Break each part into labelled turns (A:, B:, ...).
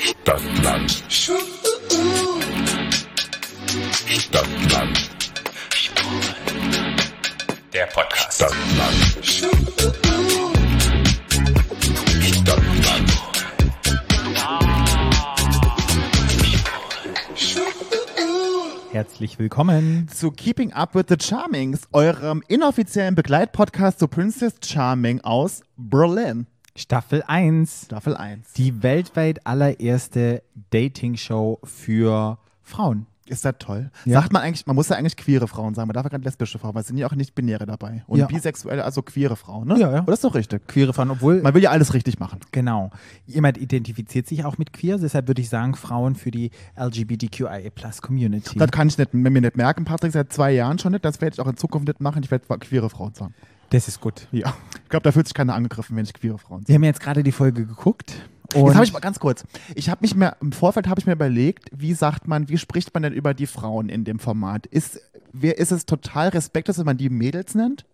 A: Stadtland. Stadtland.
B: Der Podcast.
A: Stadtland. Stadtland.
C: Herzlich willkommen.
D: zu Keeping Up with the Charmings, eurem inoffiziellen Begleitpodcast zu Princess Charming aus Berlin,
C: Staffel 1.
D: Staffel 1.
C: Die weltweit allererste Dating-Show für Frauen.
D: Ist das toll?
C: Ja.
D: Sagt man eigentlich, man muss ja eigentlich queere Frauen sagen, man darf ja keine lesbische Frauen, weil es sind ja auch nicht binäre dabei. Und
C: Ja.
D: bisexuelle, also queere Frauen, ne?
C: Ja, ja.
D: Oder ist doch richtig?
C: Queere Frauen, obwohl.
D: Man will ja alles richtig machen.
C: genau. Jemand identifiziert sich auch mit queer, deshalb würde ich sagen, Frauen für die LGBTQIA-Plus-Community.
D: Das kann ich nicht, mir mir nicht merken, Patrick, seit zwei Jahren schon nicht. Das werde ich auch in Zukunft nicht machen. Ich werde queere Frauen sagen.
C: Das ist gut.
D: Ja. Ich glaube, da fühlt sich keiner angegriffen, wenn ich queere Frauen sage.
C: Wir haben jetzt gerade die Folge geguckt. Und
D: Jetzt habe ich mal ganz kurz. Ich habe mich mir im Vorfeld habe ich mir überlegt, wie sagt man, wie spricht man denn über die Frauen in dem Format? Ist wer ist es total respektlos, wenn man die Mädels nennt?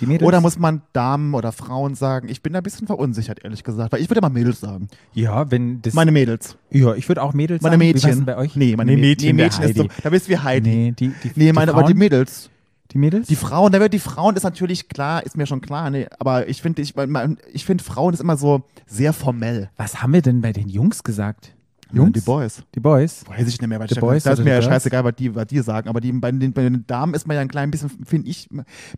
C: die Mädels.
D: Oder muss man Damen oder Frauen sagen? Ich bin da ein bisschen verunsichert, ehrlich gesagt, weil ich würde mal Mädels sagen.
C: ja, wenn das.
D: Meine Mädels.
C: ja, ich würde auch Mädels
D: Meine
C: sagen. Wie
D: Mädchen.
C: war's denn bei euch?
D: Nee, meine
C: nee,
D: Mädchen.
C: Mädchen.
D: Nee,
C: der
D: Mädchen ist so,
C: Heidi.
D: da bist du wie Heidi.
C: Nee, die, die,
D: nee meine, aber die
C: Frauen?
D: Mädels.
C: Die Mädels?
D: Die Frauen, da wird die Frauen ist natürlich klar, ist mir schon klar, nee, aber ich finde, ich, man- ich finde Frauen ist immer so sehr formell.
C: Was haben wir denn bei den Jungs gesagt?
D: Die Boys.
C: Die Boys?
D: Weiß ich nicht mehr, weil
C: The
D: ich
C: Boys
D: da ist
C: oder
D: mir
C: The
D: ja
C: Girls?
D: scheißegal, was die, was die sagen. Aber die, bei, den, bei den Damen ist man ja ein klein bisschen, finde ich,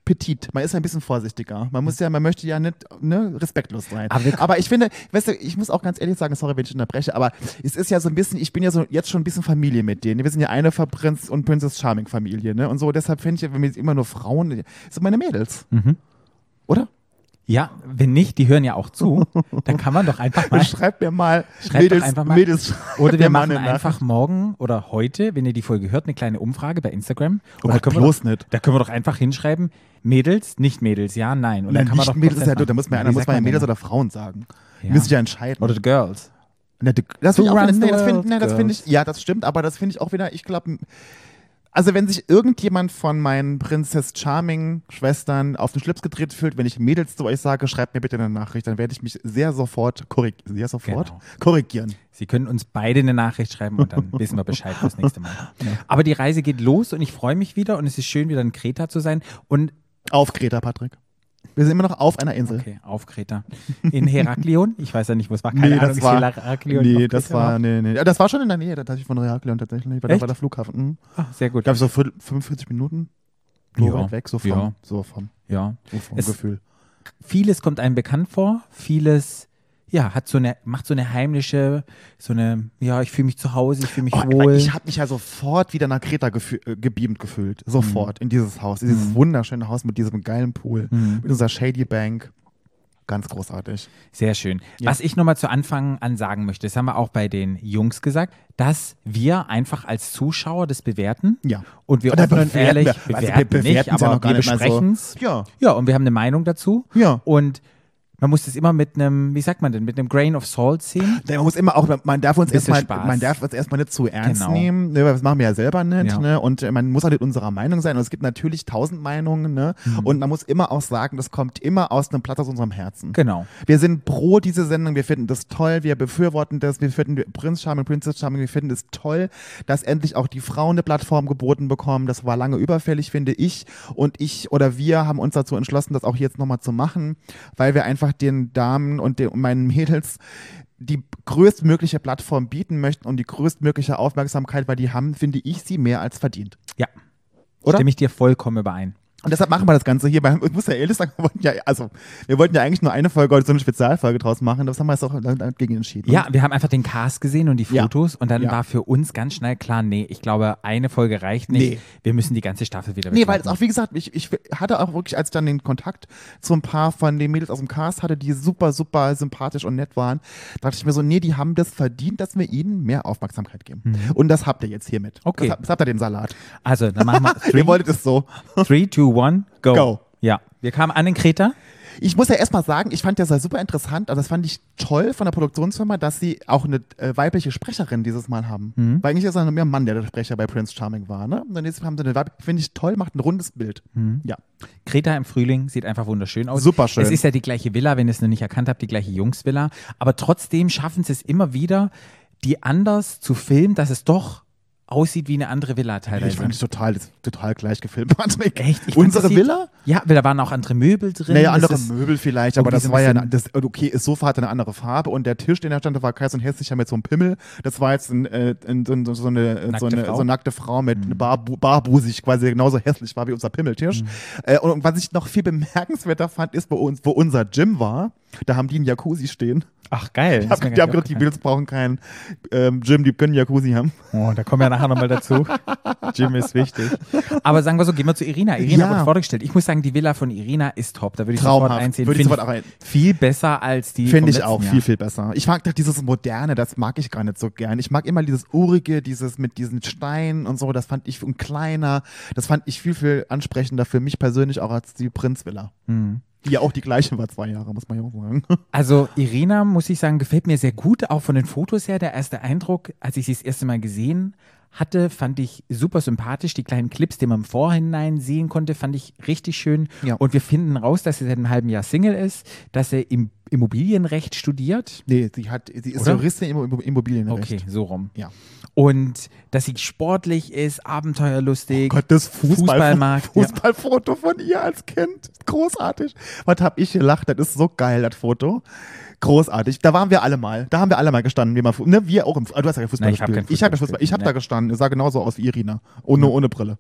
D: petit. Man ist ja ein bisschen vorsichtiger. Man muss ja, man möchte ja nicht ne, respektlos sein.
C: Aber wir-
D: Aber, ich finde, weißt du, ich muss auch ganz ehrlich sagen, sorry, wenn ich unterbreche, aber es ist ja so ein bisschen, ich bin ja so jetzt schon ein bisschen Familie mit denen. Wir sind ja eine Ver- Prinz und Princess Charming Familie, ne? Und so, deshalb finde ich, ja, wenn wir jetzt immer nur Frauen, das sind meine Mädels.
C: Mhm.
D: Oder?
C: Ja, wenn nicht, die hören ja auch zu. Dann kann man doch einfach mal.
D: Schreibt mir mal,
C: Schreibt
D: Mädels,
C: doch einfach mal.
D: Mädels, schreibt
C: Oder
D: mir
C: wir
D: mal
C: machen
D: eine Nachricht.
C: einfach morgen oder heute, wenn ihr die Folge hört, eine kleine Umfrage bei Instagram.
D: Oh
C: Und da
D: Gott,
C: können wir
D: bloß
C: doch,
D: nicht.
C: Da können wir doch einfach hinschreiben, Mädels, nicht Mädels, ja, nein. Und
D: Nein,
C: dann kann man
D: nicht
C: doch
D: Mädels ist ja
C: Prozess
D: doof. Da muss
C: machen.
D: man, ja- da
C: Wie
D: muss
C: sagt
D: man ja
C: man
D: Mädels
C: denn?
D: oder Frauen sagen.
C: Ja.
D: Ja. Müsste ich ja entscheiden.
C: Oder the Girls.
D: Na, d- das
C: To
D: finde ich auch
C: run
D: wieder, nee,
C: the
D: das
C: world,
D: find, nee, das find ich,
C: girls.
D: ja, das stimmt, aber das finde ich auch wieder, ich glaube, also wenn sich irgendjemand von meinen Princess Charming Schwestern auf den Schlips gedreht fühlt, wenn ich Mädels zu euch sage, schreibt mir bitte eine Nachricht, dann werde ich mich sehr sofort, korrig sehr sofort
C: Genau.
D: korrigieren.
C: Sie können uns beide eine Nachricht schreiben und dann wissen wir Bescheid fürs nächste Mal. Aber die Reise geht los und ich freue mich wieder und es ist schön, wieder in Kreta zu sein. Und
D: Auf Kreta, Patrick. Wir sind immer noch auf einer Insel.
C: Okay, auf Kreta. In Heraklion? Ich weiß ja nicht, wo es war. Keine
D: Nee,
C: Ahnung,
D: das
C: ist
D: war,
C: Heraklion
D: nee,
C: auf
D: das
C: Kreta
D: war, nee, nee. Ja, Das war schon in der Nähe, tatsächlich von Heraklion tatsächlich. Weil
C: Echt?
D: da war der Flughafen. Mhm.
C: Ah, Sehr gut.
D: Ich glaube, so vier- 45 Minuten. So
C: Ja,
D: weit weg, so vom,
C: ja.
D: so vom,
C: Ja.
D: so vom
C: Es-
D: Gefühl.
C: Vieles kommt einem bekannt vor, vieles ja, hat so eine, macht so eine heimliche, so eine, ja, ich fühle mich zu Hause, ich fühle mich
D: Oh,
C: wohl.
D: Ich habe mich ja sofort wieder nach Kreta gefü- äh, gebeamt gefühlt. Sofort in dieses Haus, in dieses wunderschöne Haus mit diesem geilen Pool,
C: Mhm.
D: mit unserer Shady Bank. Ganz großartig.
C: Sehr schön.
D: Ja.
C: Was ich nochmal zu Anfang an sagen möchte, das haben wir auch bei den Jungs gesagt, dass wir einfach als Zuschauer das bewerten.
D: Ja.
C: Und wir
D: Oder
C: offen und
D: bewerten
C: ehrlich
D: wir.
C: bewerten,
D: Also wir
C: nicht,
D: bewerten's ja
C: aber
D: noch gar
C: wir
D: nicht mal so.
C: besprechen es.
D: Ja.
C: ja, und wir haben eine Meinung dazu.
D: Ja.
C: Und man muss das immer mit einem, wie sagt man denn, mit einem Grain of Salt sehen.
D: Denn Man muss immer auch, man darf uns
C: Bisschen
D: erstmal,
C: Spaß.
D: man darf uns erstmal nicht zu ernst
C: Genau.
D: nehmen, ne, weil das machen wir ja selber nicht,
C: Ja.
D: ne, und äh, man muss auch nicht unserer Meinung sein, und es gibt natürlich tausend Meinungen, ne, und man muss immer auch sagen, das kommt immer aus einem Platz aus unserem Herzen.
C: Genau.
D: Wir sind pro diese Sendung, wir finden das toll, wir befürworten das, wir finden Prinz Charming, Princess Charming, wir finden es toll, dass endlich auch die Frauen eine Plattform geboten bekommen. Das war lange überfällig, finde ich. Und ich oder wir haben uns dazu entschlossen, das auch jetzt nochmal zu machen, weil wir einfach den Damen und den, und meinen Mädels die größtmögliche Plattform bieten möchten und die größtmögliche Aufmerksamkeit, weil die haben, finde ich, sie mehr als verdient.
C: Ja.
D: Oder?
C: Stimme ich dir vollkommen überein.
D: Und deshalb machen wir das Ganze hier. Weil ich muss ja ehrlich sagen, wir wollten ja, also, wir wollten ja eigentlich nur eine Folge oder so eine Spezialfolge draus machen. Das haben wir jetzt auch dann- dann gegen entschieden.
C: Ja, wir haben einfach den Cast gesehen und die
D: Ja.
C: Fotos und dann
D: Ja.
C: war für uns ganz schnell klar, nee, ich glaube, eine Folge reicht nicht.
D: Nee.
C: Wir müssen die ganze Staffel wieder
D: Nee, weil es
C: begleiten.
D: auch, wie gesagt, ich, ich hatte auch wirklich, als ich dann den Kontakt zu ein paar von den Mädels aus dem Cast hatte, die super, super sympathisch und nett waren, dachte ich mir so, nee, die haben das verdient, dass wir ihnen mehr Aufmerksamkeit geben. Und das habt ihr jetzt hiermit.
C: Mhm. Okay.
D: Das, habt- das habt ihr den Salat.
C: Also, dann machen wir
D: Ihr
C: three,
D: wolltet es so.
C: three, two, one, go.
D: Go.
C: Ja, wir kamen an in Kreta.
D: Ich muss ja erstmal sagen, ich fand das ja super interessant, also das fand ich toll von der Produktionsfirma, dass sie auch eine äh, weibliche Sprecherin dieses Mal haben.
C: Mhm.
D: Weil eigentlich ist es ja mehr ein Mann, der der Sprecher bei Prince Charming war, ne? Und dann jetzt haben sie eine weibliche, finde ich toll, macht ein rundes Bild.
C: Mhm.
D: Ja.
C: Kreta im Frühling sieht einfach wunderschön aus.
D: Superschön.
C: Es ist ja die gleiche Villa, wenn ihr es noch nicht erkannt habt, die gleiche Jungsvilla. Aber trotzdem schaffen sie es immer wieder, die anders zu filmen, dass es doch aussieht wie eine andere Villa teilweise.
D: Ich fand es total, das- total gleich gefilmt, Patrick.
C: Echt? Ich fand,
D: Unsere
C: das sieht-
D: Villa?
C: Ja, weil da waren auch andere Möbel drin.
D: Naja,
C: Das
D: andere
C: ist-
D: Möbel vielleicht, aber
C: irgendwie
D: das
C: so ein
D: war ja,
C: bisschen-
D: das, äh, okay, das Sofa hatte eine andere Farbe und der Tisch, den da stand, da war kein so ein hässlicher mit so einem Pimmel. Das war jetzt ein, äh, ein, so, ein- so, eine, so, eine,
C: Nackte Frau.
D: so eine nackte Frau mit mhm. barbu barbusig, quasi genauso hässlich war wie unser Pimmeltisch.
C: Mhm.
D: Äh, und was ich noch viel bemerkenswerter fand, ist bei uns, wo unser Gym war, da haben die einen Jacuzzi stehen.
C: Ach, geil.
D: Ich habe hab gedacht, die Bills brauchen keinen ähm, Gym, die können Jacuzzi haben.
C: Oh, da kommen wir nachher nochmal dazu. Jim ist wichtig. Aber sagen wir so, gehen wir zu Irina. Irina
D: Ja.
C: wurde vorgestellt. Ich muss sagen, die Villa von Irina ist top. Da würde ich sofort
D: Traumhaft.
C: einziehen.
D: Würde ich
C: Find
D: sofort auch ein-
C: Viel besser als die vom
D: Finde ich
C: letzten
D: auch
C: Jahr.
D: viel, viel besser. Ich mag doch dieses Moderne, das mag ich gar nicht so gern. Ich mag immer dieses Urige, dieses mit diesen Steinen und so, das fand ich und kleiner, das fand ich viel, viel ansprechender für mich persönlich auch als die Prinzvilla. Die ja auch die gleiche war zwei Jahre, muss man ja auch sagen.
C: Hm. Also Irina, muss ich sagen, gefällt mir sehr gut, auch von den Fotos her. Der erste Eindruck, als ich sie das erste Mal gesehen hatte, fand ich super sympathisch. Die kleinen Clips, die man im Vorhinein sehen konnte, fand ich richtig schön.
D: Ja.
C: Und wir finden raus, dass sie seit einem halben Jahr Single ist, dass sie im Immobilienrecht studiert.
D: Nee, sie hat, sie ist
C: Oder?
D: Juristin im Immo- Immobilienrecht.
C: Okay, so rum.
D: Ja.
C: Und dass sie sportlich ist, abenteuerlustig.
D: Oh Gott, das Fußball
C: Fußballmarkt, ja.
D: Fußballfoto von ihr als Kind. Großartig. Was hab ich gelacht? Das ist so geil, das Foto. Großartig. Da waren wir alle mal. Da haben wir alle mal gestanden. Wir, mal, fu- ne, wir auch im Fu- ah, Du hast ja Fußball
C: Nein, ich hab
D: gespielt.
C: kein
D: ich habe da,
C: Fußball
D: Fußball, ich hab
C: gespielt,
D: da
C: ne.
D: gestanden. Es sah genauso aus wie Irina. Ohne, ohne Brille.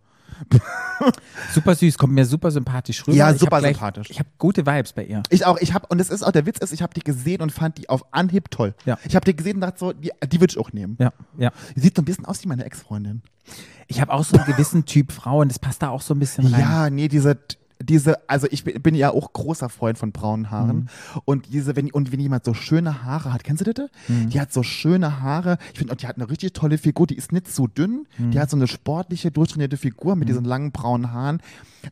C: Super süß, kommt mir super sympathisch rüber.
D: Ja,
C: Ich hab
D: super
C: gleich-
D: sympathisch.
C: Ich habe gute Vibes bei ihr.
D: Ich auch, ich habe, und das ist auch, der Witz ist, ich habe die gesehen und fand die auf Anhieb toll.
C: Ja.
D: Ich habe die gesehen und dachte so, die, die würde ich auch nehmen.
C: Ja, ja.
D: Die sieht so ein bisschen aus wie meine Ex-Freundin.
C: Ich habe auch so einen gewissen Typ Frauen, das passt da auch so ein bisschen rein.
D: Ja, Ah, nee, diese, diese, also ich bin, bin ja auch großer Freund von braunen Haaren. Und diese, wenn, und wenn jemand so schöne Haare hat, kennst du das? Die hat so schöne Haare. Ich finde, die hat eine richtig tolle Figur, die ist nicht zu dünn. Die hat so eine sportliche, durchtrainierte Figur mit diesen langen braunen Haaren.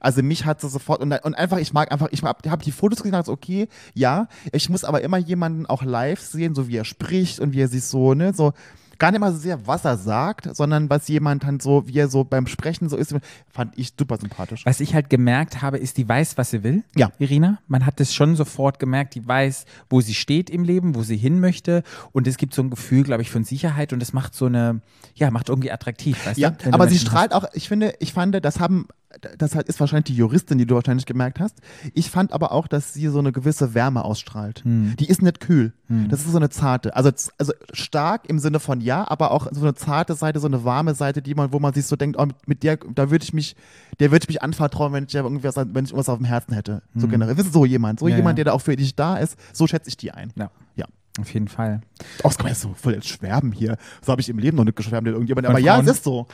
D: Also mich hat sie sofort, und, und einfach, ich mag einfach, ich habe hab die Fotos gesehen, dachte, okay, ja, ich muss aber immer jemanden auch live sehen, so wie er spricht und wie er sich so, ne, so, gar nicht mal so sehr, was er sagt, sondern was jemand dann so, wie er so beim Sprechen so ist, fand ich super sympathisch.
C: Was ich halt gemerkt habe, ist, die weiß, was sie will.
D: Ja.
C: Irina, man hat es schon sofort gemerkt, die weiß, wo sie steht im Leben, wo sie hin möchte. Und es gibt so ein Gefühl, glaube ich, von Sicherheit und das macht so eine, ja, macht irgendwie attraktiv, weißt
D: Ja,
C: du? Wenn du
D: aber sie
C: Menschen ne? hast.
D: strahlt auch, ich finde, ich fand, das haben, das hat- ist wahrscheinlich die Juristin, die du wahrscheinlich gemerkt hast. Ich fand aber auch, dass sie so eine gewisse Wärme ausstrahlt.
C: Hm.
D: Die ist nicht kühl. Das ist so eine zarte, also, z- also stark im Sinne von ja, aber auch so eine zarte Seite, so eine warme Seite, die man, wo man sich so denkt, oh, mit- mit der, da würde ich mich, der würde ich mich anvertrauen, wenn ich ja irgendwie was, wenn ich was auf dem Herzen hätte. So generell. Wissen so jemand, so
C: Hm. Ja,
D: jemand,
C: ja.
D: der da auch für dich da ist, so schätze ich die ein.
C: Ja,
D: Ja.
C: auf jeden Fall.
D: Oh, das kann man jetzt so voll jetzt schwärmen hier. So habe ich im Leben noch nicht geschwärmt in irgendjemand.
C: Von
D: Aber ja,
C: Frauen?
D: es ist so.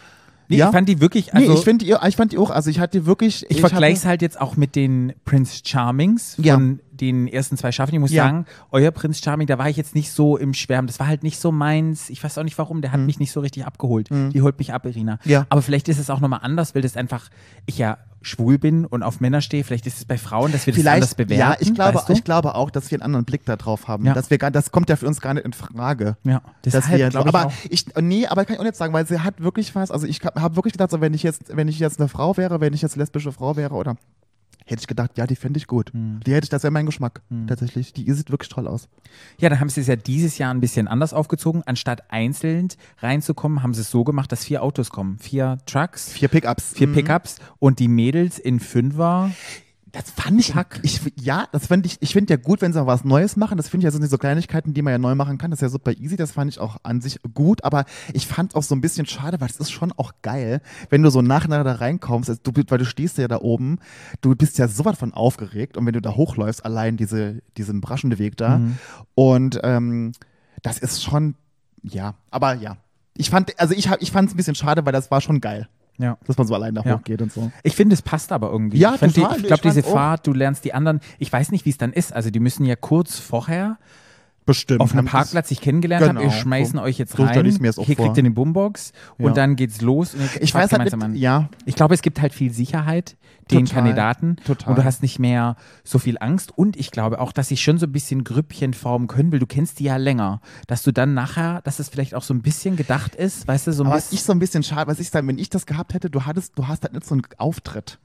C: Nee,
D: ja.
C: ich fand die wirklich, also,
D: nee, ich finde die, ich fand die auch, also ich hatte wirklich.
C: ich
D: hatte-
C: vergleiche es halt jetzt auch mit den Prince Charmings von
D: Ja.
C: den ersten zwei Staffeln. Ich muss
D: Ja.
C: sagen, euer Prince Charming, da war ich jetzt nicht so im Schwärmen. Das war halt nicht so meins. Ich weiß auch nicht warum. Der hat mich nicht so richtig abgeholt. Die holt mich ab, Irina.
D: Mhm. Ja.
C: Aber vielleicht ist es auch nochmal anders, weil das einfach, ich ja schwul bin und auf Männer stehe. Vielleicht ist es bei Frauen, dass wir das anders
D: Vielleicht,
C: bewerten.
D: ja, ich glaube,
C: weißt du?
D: ich glaube auch, dass wir einen anderen Blick da drauf haben.
C: Ja.
D: Dass wir gar, das kommt ja für uns gar nicht in Frage.
C: ja,
D: dass
C: deshalb
D: wir,
C: glaube ich
D: aber
C: auch.
D: ich, nee, aber kann ich auch nicht sagen, weil sie hat wirklich was, also ich habe wirklich gedacht, so, wenn ich jetzt, wenn ich jetzt eine Frau wäre, wenn ich jetzt lesbische Frau wäre oder hätte ich gedacht, ja, die fände ich gut.
C: Hm.
D: Die hätte ich, das wäre mein Geschmack, tatsächlich. Die sieht wirklich toll aus.
C: Ja, dann haben sie es ja dieses Jahr ein bisschen anders aufgezogen. Anstatt einzeln reinzukommen, haben sie es so gemacht, dass vier Autos kommen. Vier Trucks.
D: Vier Pickups.
C: vier
D: Mhm.
C: Pickups und die Mädels in Fünfer.
D: Das fand ich, ich ja, das fand ich, ich finde ja gut, wenn sie mal was Neues machen. Das finde ich ja sind so Kleinigkeiten, die man ja neu machen kann. Das ist ja super easy. Das fand ich auch an sich gut, aber ich fand auch so ein bisschen schade, weil es ist schon auch geil, wenn du so nacheinander da reinkommst, also du, weil du stehst ja da oben, du bist ja sowas von aufgeregt und wenn du da hochläufst, allein diese, diesen braschende Weg da
C: Mhm.
D: und ähm, das ist schon, ja, aber ja. Ich fand, also ich, hab- ich fand es ein bisschen schade, weil das war schon geil,
C: Ja.
D: dass man so allein da
C: Ja.
D: hochgeht und so.
C: Ich finde, es passt aber irgendwie.
D: Ja,
C: ich fand die-
D: total.
C: ich glaube,
D: Ich fand's
C: diese
D: auch.
C: Fahrt, du lernst die anderen. Ich weiß nicht, wie es dann ist. Also, die müssen ja kurz vorher
D: Bestimmt.
C: auf einem
D: Haben das-
C: Parkplatz sich kennengelernt haben. Ihr
D: Genau.
C: schmeißen
D: So-
C: euch jetzt
D: so
C: rein.
D: stell ich's mir jetzt auch
C: Hier
D: vor.
C: kriegt ihr eine Boombox
D: Ja.
C: und dann geht's los. Und ihr
D: Ich
C: fahrt
D: weiß halt,
C: gemeinsam
D: mit,
C: an.
D: ja,
C: Ich glaube, es gibt halt viel Sicherheit den
D: Total,
C: Kandidaten
D: total.
C: und du hast nicht mehr so viel Angst und ich glaube auch, dass sich schon so ein bisschen Grüppchen formen können, weil du kennst die ja länger, dass du dann nachher, dass es vielleicht auch so ein bisschen gedacht ist, weißt du, so ein
D: Aber was
C: bisschen
D: ich so ein bisschen schade, was ich dann, wenn ich das gehabt hätte, du hattest, du hast halt nicht so einen Auftritt.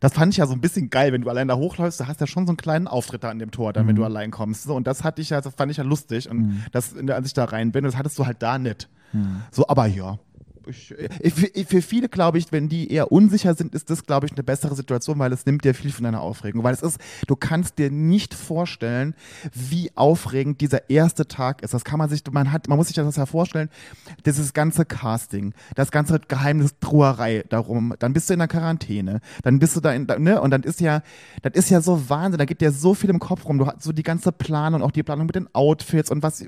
D: Das fand ich ja so ein bisschen geil, wenn du allein da hochläufst, du hast ja schon so einen kleinen Auftritt da an dem Tor, dann wenn du allein kommst. So, und das hatte ich ja, das fand ich ja ja lustig. Und das, als ich da rein bin, das hattest du halt da nicht. So, aber ja. Ich, ich, ich- für viele, glaube ich, wenn die eher unsicher sind, ist das, glaube ich, eine bessere Situation, weil es nimmt dir viel von deiner Aufregung. Weil es ist, du kannst dir nicht vorstellen, wie aufregend dieser erste Tag ist. Das kann man sich, man hat, man muss sich das ja vorstellen, dieses ganze Casting, das ganze Geheimnis Truerei darum, dann bist du in der Quarantäne, dann bist du da in, da- ne, und dann ist ja, das ist ja so Wahnsinn, da geht ja so viel im Kopf rum. Du hast so die ganze Planung, auch die Planung mit den Outfits und was,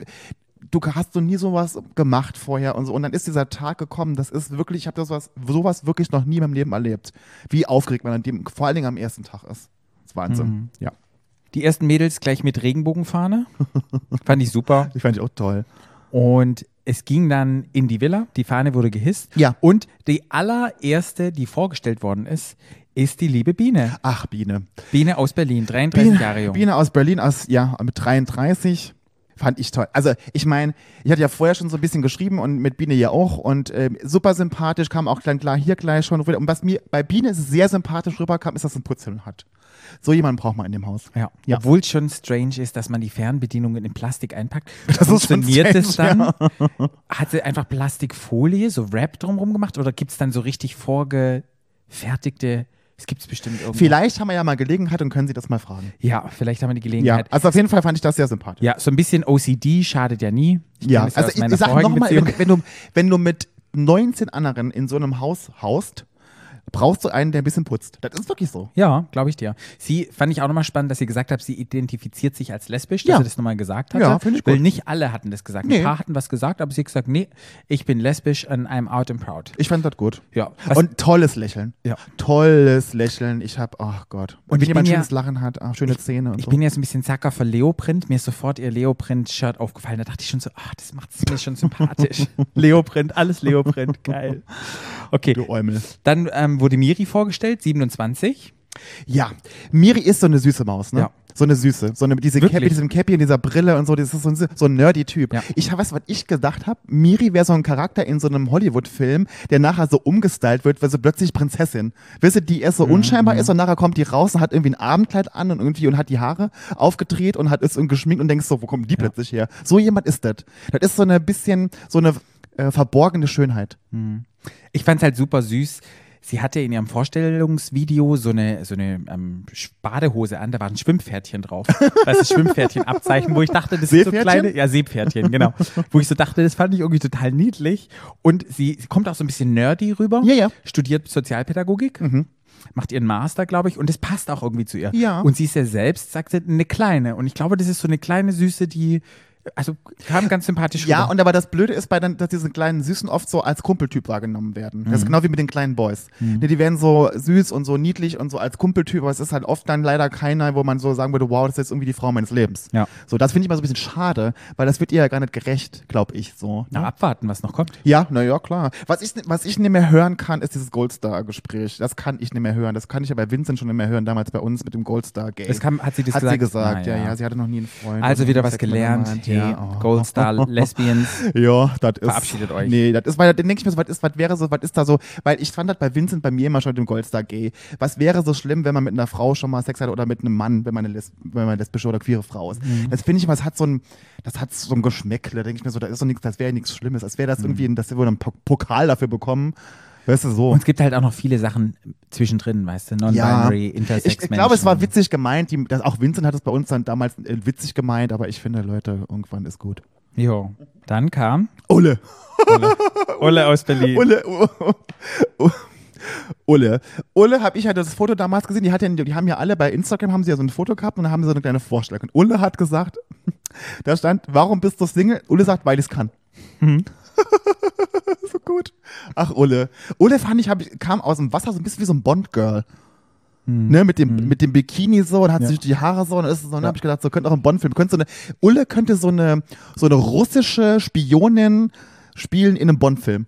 D: du hast du nie sowas gemacht vorher und so. Und dann ist dieser Tag gekommen. Das ist wirklich, ich habe das was, sowas wirklich noch nie in meinem Leben erlebt. Wie aufgeregt man an dem, vor allen Dingen am ersten Tag ist. Das ist Wahnsinn. Ja.
C: Die ersten Mädels gleich mit Regenbogenfahne. Fand ich super.
D: Ich fand ich auch toll.
C: Und es ging dann in die Villa, die Fahne wurde gehisst.
D: Ja.
C: Und die allererste, die vorgestellt worden ist, ist die liebe Biene.
D: Ach, Biene.
C: Biene aus Berlin, 33 Jahre
D: Biene,
C: jung.
D: Biene aus Berlin, aus, ja, mit 33. Fand ich toll. Also, ich meine, ich hatte ja vorher schon so ein bisschen geschrieben und mit Biene ja auch und ähm, super sympathisch, kam auch dann klar hier gleich schon. rüber. Und was mir bei Biene sehr sympathisch rüberkam, ist, dass sie einen Putzeln hat. So jemanden braucht man in dem Haus.
C: Ja.
D: Ja.
C: Obwohl es schon strange ist, dass man die Fernbedienungen in Plastik einpackt,
D: ist schon
C: funktioniert es dann?
D: strange,
C: Hat sie einfach Plastikfolie, so Wrap drumherum gemacht oder gibt es dann so richtig vorgefertigte, es gibt es bestimmt irgendwo.
D: Vielleicht haben wir ja mal Gelegenheit und können Sie das mal fragen.
C: Ja, vielleicht haben wir die
D: Ja,
C: Gelegenheit. Ja,
D: also auf jeden Fall fand ich das sehr sympathisch.
C: so ein bisschen OCD schadet ja nie. Ich
D: Ja,
C: kenn das
D: also
C: aus
D: ich,
C: meiner
D: ich sag
C: vorigen
D: nochmal,
C: Beziehung.
D: wenn du, wenn du mit 19 anderen in so einem Haus haust, brauchst du einen, der ein bisschen putzt. Das ist wirklich so.
C: Ja, glaube ich dir. Sie fand ich auch nochmal spannend, dass sie gesagt hat, sie identifiziert sich als lesbisch, dass
D: Ja.
C: sie das nochmal gesagt hat.
D: Ja, finde ich gut.
C: Weil nicht alle hatten das gesagt.
D: Nee.
C: Ein paar hatten was gesagt, aber sie hat gesagt, nee, ich bin lesbisch and I'm out and proud.
D: Ich fand das gut.
C: Ja. Was-
D: und tolles Lächeln.
C: Ja.
D: Tolles Lächeln. Ich hab, ach Gott. Und,
C: Und
D: wenn
C: ich
D: jemand
C: bin ja-
D: schönes Lachen hat, ach, schöne Zähne und
C: Ich
D: so.
C: bin jetzt ein bisschen Zacker für Leoprint. Mir ist sofort ihr Leoprint-Shirt aufgefallen. Da dachte ich schon so, ach, das macht es mir schon sympathisch. Leoprint, alles Leoprint, geil. Okay,
D: du Eumel.
C: dann ähm, wurde Miri vorgestellt, 27.
D: Ja, Miri ist so eine süße Maus, ne?
C: Ja.
D: So eine süße, so eine diese
C: Wirklich?
D: Cappy, diesem Cappy und dieser Brille und so, das ist so ein, so ein nerdy Typ.
C: Ja.
D: Ich habe was, was ich gedacht habe, Miri wäre so ein Charakter in so einem Hollywood-Film, der nachher so umgestylt wird, weil sie plötzlich Prinzessin. Wisst ihr, die erst
C: Mhm.
D: so unscheinbar ist und nachher kommt die raus und hat irgendwie ein Abendkleid an und irgendwie und hat die Haare aufgedreht und hat ist und geschminkt und denkst so, wo kommt die plötzlich her? So jemand ist das. Das ist so eine bisschen so eine äh, verborgene Schönheit.
C: Ich fand es halt super süß. Sie hatte in ihrem Vorstellungsvideo so eine, so eine ähm, Sch- Badehose an, da waren Schwimmpferdchen drauf. Das ist Schwimmpferdchen-Abzeichen, wo ich dachte, das sind so
D: Seepferdchen?
C: kleine. Ja, Seepferdchen, genau. Wo ich so dachte, das fand ich irgendwie total niedlich. Und sie, sie kommt auch so ein bisschen nerdy rüber.
D: Ja, ja.
C: Studiert Sozialpädagogik. Macht ihren Master, glaube ich, und das passt auch irgendwie zu ihr.
D: Ja.
C: Und sie ist ja selbst, sagte, eine kleine. Und ich glaube, das ist so eine kleine Süße, die, also kam ganz sympathisch
D: Ja,
C: rüber.
D: und aber das Blöde ist, bei den, dass diese kleinen Süßen oft so als Kumpeltyp wahrgenommen werden. Das
C: Mhm.
D: ist genau wie mit den kleinen Boys. Ne, Die werden so süß und so niedlich und so als Kumpeltyp, aber es ist halt oft dann leider keiner, wo man so sagen würde, wow, das ist jetzt irgendwie die Frau meines Lebens.
C: Ja.
D: So, das finde ich mal so ein bisschen schade, weil das wird ihr ja gar nicht gerecht, glaube ich, so. ne?
C: Na, abwarten, was noch kommt.
D: Ja, na ja, klar. Was ich, was ich nicht mehr hören kann, ist dieses Goldstar-Gespräch. Das kann ich nicht mehr hören. Das kann ich ja bei Vincent schon nicht mehr hören, damals bei uns mit dem Goldstar-Game.
C: Das kam- hat sie das
D: hat Sie
C: gesagt?
D: gesagt,
C: Na
D: ja.
C: ja.
D: ja, Sie hatte noch nie einen Freund.
C: Also
D: Und
C: wieder
D: hat
C: was
D: Sex mit
C: gelernt.
D: jemand.
C: Hey,
D: oh.
C: Gold Star Lesbians.
D: Ja, das ist.
C: Verabschiedet euch.
D: Nee, das ist, weil dann denke ich mir so, was ist, was wäre so, was ist da so, weil ich fand das bei Vincent bei mir immer schon mit dem Goldstar gay. Was wäre so schlimm, wenn man mit einer Frau schon mal Sex hat oder mit einem Mann, wenn man eine, Les wenn man eine lesbische oder queere Frau ist?
C: Mhm.
D: Das finde ich immer, das hat so ein, das hat so ein Geschmäckle, denke ich mir so, das ist so nichts, das wäre nichts Schlimmes, als wäre
C: Mhm.
D: das irgendwie, ein- dass wir wohl einen Po- Pokal dafür bekommen. Weißt du, so.
C: Und es gibt halt auch noch viele Sachen zwischendrin, weißt du? Non-binary, intersex
D: ich, ich glaube, es war witzig gemeint. Die, das, auch Vincent hat es bei uns dann damals äh, witzig gemeint, aber ich finde, Leute, irgendwann ist gut.
C: Jo. Dann kam
D: Ulle!
C: Ulle aus Berlin.
D: Ulle, U- Ulle, Ulle habe ich halt das Foto damals gesehen. Die, hat ja, die haben ja alle bei Instagram haben sie ja so ein Foto gehabt und dann haben sie so eine kleine Vorstellung. Und Ulle hat gesagt, da stand, warum bist du Single? Ulle sagt, weil ich es kann. so gut. Ach Ulle, Ulle fand ich, hab, ich- kam aus dem Wasser so ein bisschen wie so ein Bond Girl. Ne, mit, dem, mit dem Bikini so und hat sich die Haare so und ist so, und dann hab ich gedacht, so könnte auch ein Bond-Film, könnte so eine, Ulle könnte so eine, so eine russische Spionin spielen in einem Bond-Film.